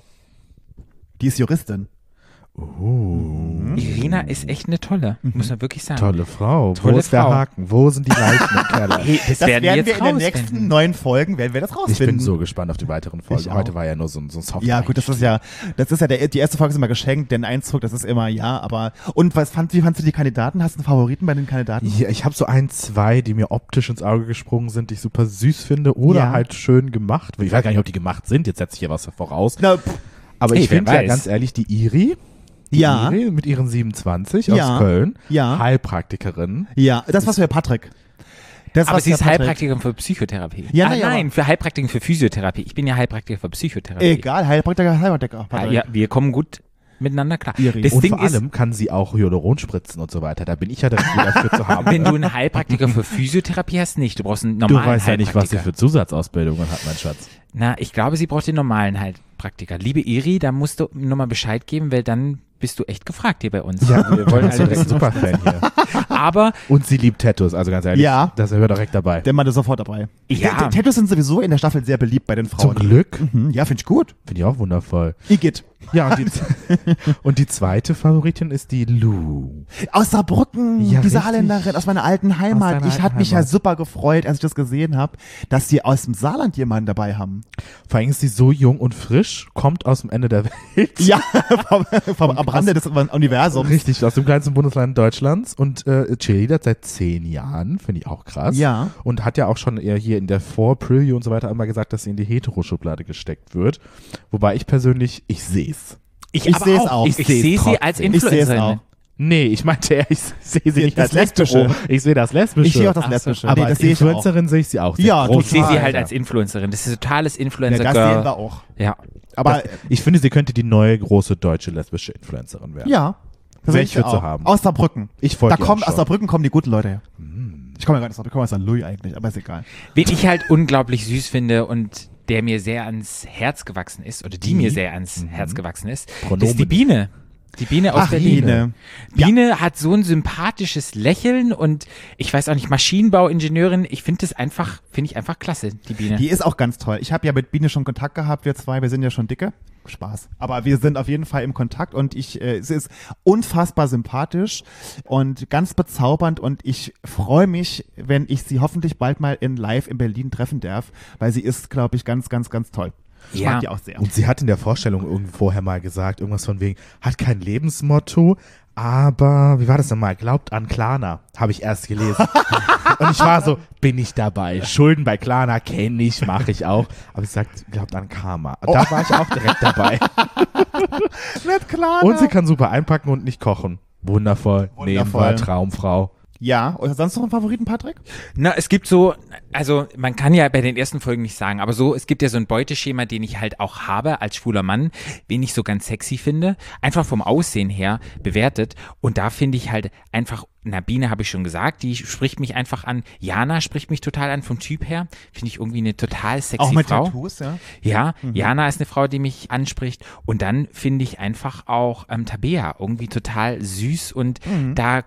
D: Die ist Juristin. Mhm.
C: Irina ist echt eine tolle, muss man wirklich sagen.
B: Tolle Frau.
C: Tolle
B: Wo ist der
C: Frau.
B: Haken? Wo sind die Leichen im Keller?
C: Hey, das,
D: Das werden, wir, in den
C: rausfinden.
D: nächsten neun Folgen werden wir das
B: Ich
D: rausfinden.
B: bin so gespannt auf die weiteren
D: Ich
B: Folgen.
D: auch.
B: Heute war ja nur so ein, so ein soft
D: Ja, gut, das ist ja, das ist ja der, die erste Folge ist immer geschenkt, denn Einzug, das ist immer ja, aber und was fand, wie fandst du die Kandidaten? Hast du einen Favoriten bei den Kandidaten?
B: Ja, ich habe so ein, zwei, die mir optisch ins Auge gesprungen sind, die ich super süß finde oder
D: Ja.
B: halt schön gemacht. Ich weiß gar nicht, ob die gemacht sind, jetzt setze ich hier was voraus.
D: Na, pff,
B: Aber
C: Hey,
B: ich
C: wer
B: finde ja
C: weiß.
B: ganz ehrlich, die Iri, die
D: Ja.
B: Iri mit ihren 27
D: Ja.
B: aus Köln,
D: Ja.
B: Heilpraktikerin.
D: ja, das war's für Patrick. Das
C: Aber
D: war's
C: sie
D: für
C: ist
D: Patrick.
C: Heilpraktikerin für Psychotherapie.
D: Ja,
C: ah,
D: na ja,
C: nein,
D: aber-
C: für Heilpraktikerin für Physiotherapie. Ich bin ja Heilpraktiker für Psychotherapie.
D: Egal, Heilpraktiker, Heilpraktiker.
C: Ja,
D: Patrick.
C: ja, wir kommen gut miteinander klar.
D: Iri.
C: Das
B: und
C: Ding
B: vor
C: ist,
B: allem kann sie auch Hyaluron spritzen und so weiter. Da bin ich ja direkt wieder für zu haben.
C: wenn du einen Heilpraktiker für Physiotherapie hast, nicht. Du brauchst einen
B: du
C: normalen
B: weißt ja nicht, was sie
C: Heilpraktiker.
B: für Zusatzausbildungen hat, mein Schatz.
C: Na, ich glaube, sie braucht den normalen Heilpraktiker. Liebe Iri, da musst du nochmal Bescheid geben, weil dann bist du echt gefragt hier bei uns. wir wollen
B: Wollen
C: alle
B: ist ein
C: direkt.
B: Superfan hier.
C: Aber
B: Und sie liebt Tattoos, also ganz ehrlich.
D: Ja.
B: Das hört direkt dabei.
D: Der Mann ist sofort dabei.
C: Ja.
D: T- Tattoos sind sowieso in der Staffel sehr beliebt bei den
B: Zum
D: Frauen.
B: Glück.
D: Mhm, ja, finde ich gut.
B: Finde ich auch wundervoll.
D: Igitt.
B: Ja, und die, und die zweite Favoritin ist die Lou.
D: Aus Saarbrücken,
B: Ja,
D: diese
B: richtig.
D: Holländerin aus meiner alten
B: Aus
D: Heimat.
B: deiner
D: ich hatte
B: alten
D: mich ja
B: Heimat.
D: super gefreut, als ich das gesehen habe, dass sie aus dem Saarland jemanden dabei haben.
B: Vor allem ist sie so jung und frisch, kommt aus dem Ende der Welt.
D: Ja, vom, vom am Rande des Universums.
B: Richtig, aus dem kleinsten Bundesland Deutschlands und äh, Cheerleader seit zehn Jahren, finde ich auch krass.
D: Ja.
B: Und hat ja auch schon eher hier in der Vor-Preview und so weiter einmal gesagt, dass sie in die Hetero-Schublade gesteckt wird. Wobei ich persönlich, ich seh's.
C: ich,
D: Ich
C: aber
D: seh's
C: auch.
D: auch.
C: Ich,
B: Ich seh's
C: sehe sie
B: trotzdem.
C: als
D: Ich seh's
C: Influencerin.
D: auch.
B: Nee, ich meinte eher, ich sehe sie nicht
D: Das
B: als Lesbische.
D: Lesbische.
B: Ich sehe das Lesbische.
D: Ich sehe auch das
C: Ach so.
D: Lesbische.
B: Aber
D: nee,
B: als
D: das sehe ich auch.
B: Influencerin sehe ich sie auch.
D: Ja,
B: groß.
C: Ich sehe sie
D: Total.
C: halt als Influencerin. Das ist totales
D: Ja, das sehen wir
C: Influencer-Girl.
D: auch.
C: Ja.
D: Aber
B: Das- ich finde, sie könnte die neue große deutsche lesbische Influencerin werden.
D: ja. das
B: Wäre
D: sehe
B: ich für
D: auch.
B: zu haben.
D: Aus Saarbrücken.
B: Ich folge
D: Da
B: ihr
D: kommen,
B: auch
D: aus
B: schon.
D: Saarbrücken kommen die guten Leute her. Ich komme ja gar nicht aus Saarbrücken, ich komme aus St. Louis eigentlich, aber ist egal.
C: Wen ich halt unglaublich süß finde und der mir sehr ans Herz gewachsen ist, oder die, mir sehr ans Herz gewachsen ist, ist die
B: Pronomen.
C: Biene. Die Biene aus
D: Ach,
C: Berlin.
D: Biene.
C: Biene hat so ein sympathisches Lächeln und ich weiß auch nicht, Maschinenbauingenieurin, ich finde das einfach, finde ich einfach klasse, die Biene.
D: Die ist auch ganz toll. Ich habe ja mit Biene schon Kontakt gehabt, wir zwei, wir sind ja schon dicke. Spaß. Aber wir sind auf jeden Fall im Kontakt und ich, äh, sie ist unfassbar sympathisch und ganz bezaubernd und ich freue mich, wenn ich sie hoffentlich bald mal in live in Berlin treffen darf, weil sie ist, glaube ich, ganz, ganz, ganz toll. Ich
C: Ja.
D: mag die auch sehr.
B: Und sie hat in der Vorstellung irgend- vorher mal gesagt, irgendwas von wegen, hat kein Lebensmotto, aber, wie war das nochmal? Glaubt an Klana, habe ich erst gelesen. Und ich war so, bin ich dabei. Schulden bei Klana kenne ich, mache ich auch. Aber sie sagt, glaubt an Karma. Da war ich auch direkt dabei.
D: Nicht klar.
B: Und sie kann super einpacken und nicht kochen. Wundervoll.
D: Wundervoll.
B: Nebenbar, Traumfrau.
D: ja, oder sonst noch einen Favoriten, Patrick?
C: Na, es gibt so, also man kann ja bei den ersten Folgen nicht sagen, aber so, es gibt ja so ein Beuteschema, den ich halt auch habe als schwuler Mann, wen ich so ganz sexy finde, einfach vom Aussehen her bewertet. Und da finde ich halt einfach, Nabine habe ich schon gesagt, die spricht mich einfach an. Jana spricht mich total an vom Typ her. Finde ich irgendwie eine total sexy
D: auch mit Mhm.
C: Frau.
D: Tattoos, ja.
C: Ja, Jana ist eine Frau, die mich anspricht. Und dann finde ich einfach auch ähm, Tabea irgendwie total süß und
D: Mhm.
C: da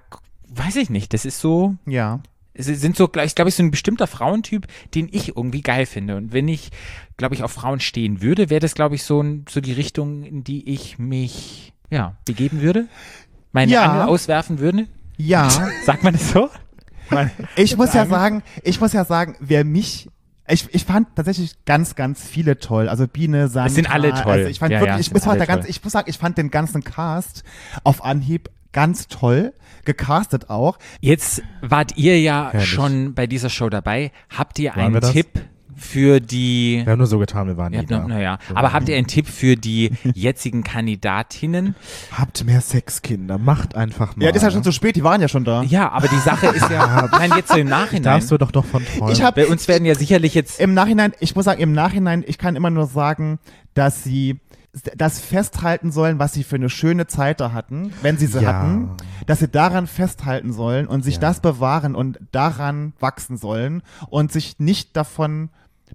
C: weiß ich nicht, das ist so,
D: Ja.
C: es sind so, gleich, glaube ich, so ein bestimmter Frauentyp, den ich irgendwie geil finde. Und wenn ich, glaube ich, auf Frauen stehen würde, wäre das, glaube ich, so, ein, so die Richtung, in die ich mich, ja, begeben würde. Meine
D: Ja.
C: Angel auswerfen würde.
D: Ja.
C: Sagt man das so?
D: Ich muss ja sagen, ich muss ja sagen, wer mich ich, ich fand tatsächlich ganz, ganz viele toll. Also Biene, Santa.
C: Es sind alle toll.
D: Also ich fand
C: Ja,
D: wirklich,
C: ja,
D: ich
C: es
D: muss
C: sind alle
D: halt da ganz,
C: toll.
D: ich muss sagen, ich fand den ganzen Cast auf Anhieb ganz toll. Gecastet auch.
C: Jetzt wart ihr ja
B: Herrlich.
C: schon bei dieser Show dabei. Habt ihr
B: Waren wir
C: einen
B: das?
C: Tipp für die.
B: Wir haben nur so getan, wir waren
C: Ihr
B: nie
C: habt
B: da.
C: noch, naja, aber habt ihr einen Tipp für die jetzigen Kandidatinnen?
B: Habt mehr Sex, Kinder. Macht einfach mal.
D: Ja, das ist ja schon zu spät, die waren ja schon da.
C: Ja, aber die Sache ist ja, nein, jetzt so im Nachhinein.
B: Darfst du doch noch von träumen.
D: Ich hab-
C: Bei uns werden ja sicherlich jetzt
D: Im Nachhinein, ich muss sagen, im Nachhinein, ich kann immer nur sagen, dass sie das festhalten sollen, was sie für eine schöne Zeit da hatten, wenn sie sie
B: Ja.
D: hatten, dass sie daran festhalten sollen und sich
B: Ja.
D: das bewahren und daran wachsen sollen und sich nicht davon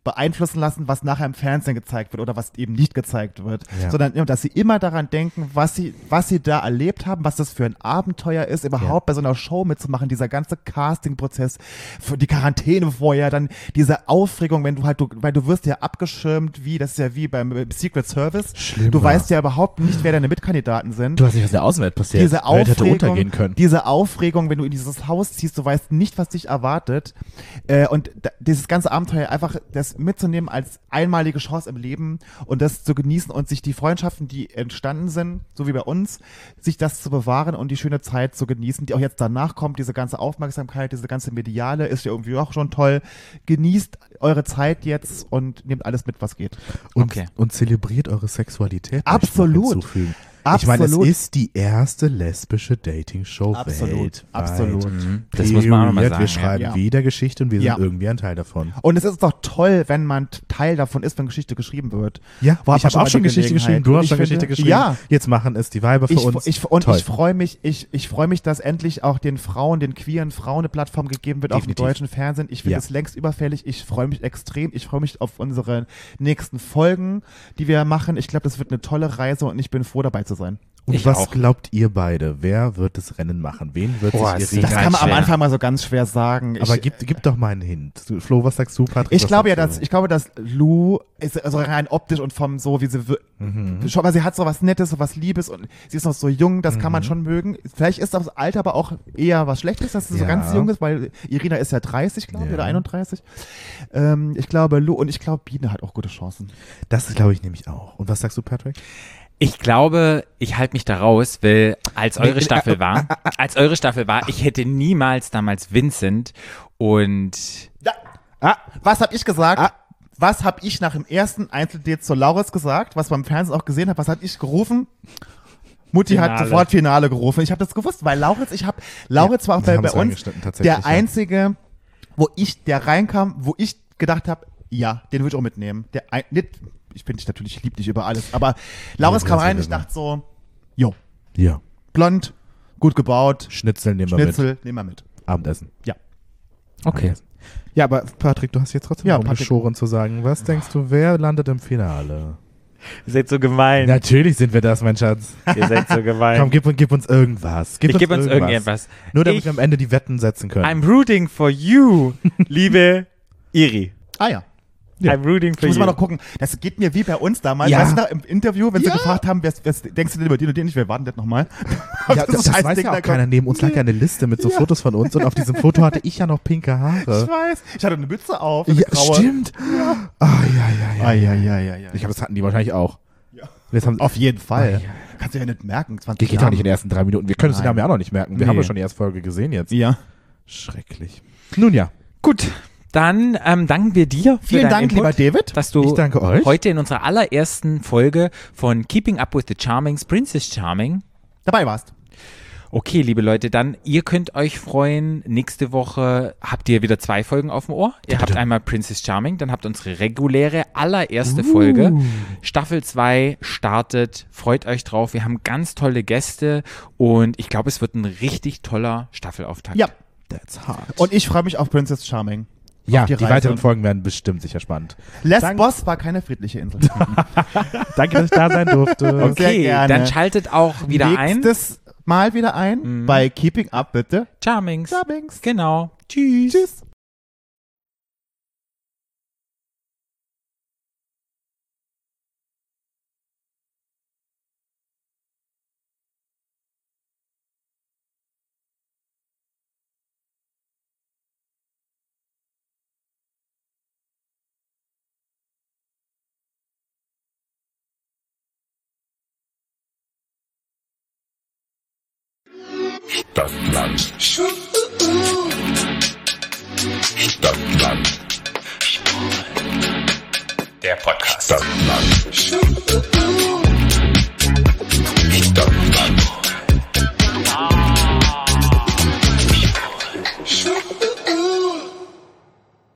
D: beeinflussen lassen, was nachher im Fernsehen gezeigt wird oder was eben nicht gezeigt wird,
B: Ja.
D: sondern immer, dass sie immer daran denken, was sie, was sie da erlebt haben, was das für ein Abenteuer ist, überhaupt bei so einer Show mitzumachen, dieser ganze Casting-Prozess, für die Quarantäne vorher, dann diese Aufregung, wenn du halt, du, weil du wirst ja abgeschirmt, wie, das ist ja wie beim äh, Secret Service.
B: Schlimmer.
D: Du weißt ja überhaupt nicht, wer deine Mitkandidaten sind.
B: hast nicht, was in der Außenwelt passiert.
D: diese
B: Die Welt hätte
D: Aufregung,
B: untergehen können.
D: diese Aufregung, wenn du in dieses Haus ziehst, du weißt nicht, was dich erwartet. Äh, und da, dieses ganze Abenteuer einfach das mitzunehmen als einmalige Chance im Leben und das zu genießen und sich die Freundschaften, die entstanden sind, so wie bei uns, sich das zu bewahren und die schöne Zeit zu genießen, die auch jetzt danach kommt, diese ganze Aufmerksamkeit, diese ganze mediale ist ja irgendwie auch schon toll. Genießt eure Zeit jetzt und nehmt alles mit, was geht.
B: Und,
C: Okay.
B: und zelebriert eure Sexualität. möchte ich noch
D: Absolut.
B: hinzufügen. Ich
D: Absolut.
B: meine, es ist die erste lesbische Dating-Show
D: Absolut.
B: weltweit.
D: Absolut.
C: Das muss man auch noch mal
B: Period.
C: sagen,
B: Mhm. Wir
C: ja.
B: schreiben
D: Ja.
B: wieder Geschichte und wir
D: Ja.
B: sind irgendwie ein Teil davon.
D: Und es ist doch toll, wenn man Teil davon ist, wenn Geschichte geschrieben wird. Wo hat
B: ich
D: man
B: habe auch
D: mal
B: schon
D: die
B: Geschichte
D: Gelegenheit?
B: geschrieben, du
D: Und
B: hast
D: ich
B: schon
D: finde-
B: Geschichte geschrieben.
D: Ja.
B: Jetzt machen es die Weiber für
D: Ich,
B: uns.
D: ich, und
B: Toll.
D: ich freue mich, ich, ich freue mich, dass endlich auch den Frauen, den Queeren Frauen eine Plattform gegeben wird auf
B: Definitiv.
D: dem deutschen Fernsehen. Ich finde
B: Ja.
D: es längst überfällig. Ich freue mich extrem. Ich freue mich auf unsere nächsten Folgen, die wir machen. Ich glaube, das wird eine tolle Reise und ich bin froh dabei zu sein.
B: Und
E: Ich
B: was
E: auch.
B: glaubt ihr beide? Wer wird das Rennen machen? Wen wird
E: Boah,
B: sich
E: ist das
B: Irina
D: Das kann man am
E: schwer.
D: Anfang mal so ganz schwer sagen.
B: Aber
D: ich,
B: gib, gib doch mal einen Hint. Flo, was sagst du, Patrick?
D: Ich
B: was
D: glaube ja,
B: sagst
D: dass,
B: du?
D: ich glaube, dass Lou, ist, also rein optisch und vom so, wie sie, wir-
B: Mhm.
D: schon, weil sie hat so was Nettes, so was Liebes und sie ist noch so jung, das kann
B: Mhm.
D: man schon mögen. Vielleicht ist das Alter aber auch eher was Schlechtes, dass sie so
B: Ja.
D: ganz jung ist, weil Irina ist ja 30, glaube ich,
B: Ja.
D: oder 31. Ähm, ich glaube, Lou und ich glaube, Biene hat auch gute Chancen.
B: Das glaube ich nämlich auch. Und was sagst du, Patrick?
C: Ich glaube, ich halte mich da raus, weil als eure
B: äh,
C: Staffel war, als eure Staffel war, ich hätte niemals damals Vincent und
D: Ah, was habe ich gesagt?
B: Ah.
D: Was habe ich nach dem ersten Einzeldate zu Lauris gesagt, was man im Fernsehen auch gesehen hat? Was hat ich gerufen? Mutti hat
C: Finale.
D: sofort Finale gerufen. Ich habe das gewusst, weil Lauritz, ich habe Lauritz war auch
B: wir
D: bei, bei
B: haben's
D: uns
B: reingeschnitten, tatsächlich,
D: der
B: ja.
D: einzige, wo ich der reinkam, wo ich gedacht habe, ja, den würde ich auch mitnehmen. Der ein, nicht, ich bin dich natürlich lieb dich über alles, aber Lauritz
B: Ja,
D: kam
B: das
D: rein,
B: will
D: ich
B: man.
D: dachte so, jo,
B: Ja.
D: blond, gut gebaut,
B: Schnitzel nehmen wir mit.
D: Schnitzel, nehmen wir mit.
B: Abendessen.
D: Ja.
C: okay.
B: Ja, aber Patrick, du hast jetzt trotzdem
D: Ja,
B: ja,
D: Patrick.
B: rumgeschoren zu sagen. Was denkst du, wer landet im Finale?
C: Ihr seid so gemein.
B: Natürlich sind wir das, mein Schatz.
C: Ähm. Ihr seid so gemein.
B: Komm, gib, gib uns irgendwas. Gib
C: ich
B: uns
C: gebe uns
B: irgendwas.
C: irgendetwas.
B: Nur damit
C: ich,
B: wir am Ende die Wetten setzen können.
C: I'm rooting for you, liebe Iri.
D: Ah ja.
C: I'm rooting for
D: Ich muss
C: you.
D: mal noch gucken. Das geht mir wie bei uns damals.
B: Ja.
D: Weißt du, noch, im Interview, wenn sie gefragt haben, wer, wer denkst du denn über den und den? Ich, wer war denn das nochmal?
B: ja, das, das weiß ja auch keiner. Neben uns lag ja eine Liste mit so Fotos von uns und auf diesem Foto hatte ich ja noch pinke
D: Ich
B: Haare.
D: weiß. Ich hatte eine Mütze auf. Eine
B: Ja,
D: graue.
B: stimmt. Ah, ja, ja, ja.
D: Ah, ja, ja, ja, ja.
B: Ich glaube, das hatten die wahrscheinlich auch. Jetzt haben,
D: auf jeden Fall.
B: Ah, ja.
D: Kannst du ja nicht merken. 20
B: Geht ja
D: Jahre.
B: auch nicht in den ersten drei Minuten. Wir können es den
D: Nein.
B: Namen ja auch noch nicht merken. Wir
D: Nee.
B: haben ja schon die erste Folge gesehen jetzt.
D: Ja.
B: Schrecklich. Nun ja.
C: Gut, dann ähm, danken wir dir für
D: Vielen
C: deinen
D: Dank,
C: Input,
D: lieber David.
C: dass du
B: Ich danke euch.
C: heute in unserer allerersten Folge von Keeping Up with the Charmings, Princess Charming
D: Dabei warst.
C: Okay, liebe Leute, dann ihr könnt euch freuen. Nächste Woche habt ihr wieder zwei Folgen auf dem Ohr. Ihr habt einmal Princess Charming, dann habt unsere reguläre allererste Folge.
D: Uh.
C: Staffel 2 startet. Freut euch drauf. Wir haben ganz tolle Gäste und ich glaube, es wird ein richtig toller Staffelauftakt.
D: Ja.
B: That's hard.
D: Und ich freue mich auf Princess Charming.
B: ja,
D: die
B: die,
D: Reise.
B: weiteren Folgen werden bestimmt sicher spannend.
D: Lesbos war keine friedliche Insel.
B: Danke, dass ich da sein durfte.
D: sehr
C: Okay,
D: gerne.
C: dann schaltet auch wieder ein.
D: Nächstes Mal wieder ein
B: Mhm.
D: bei Keeping Up, bitte.
C: Charmings.
D: Dabings.
C: Genau. Tschüss.
D: Tschüss.
A: Stadtland. Stadtland. Der Podcast. Stadtland. Stadtland.
B: Ah.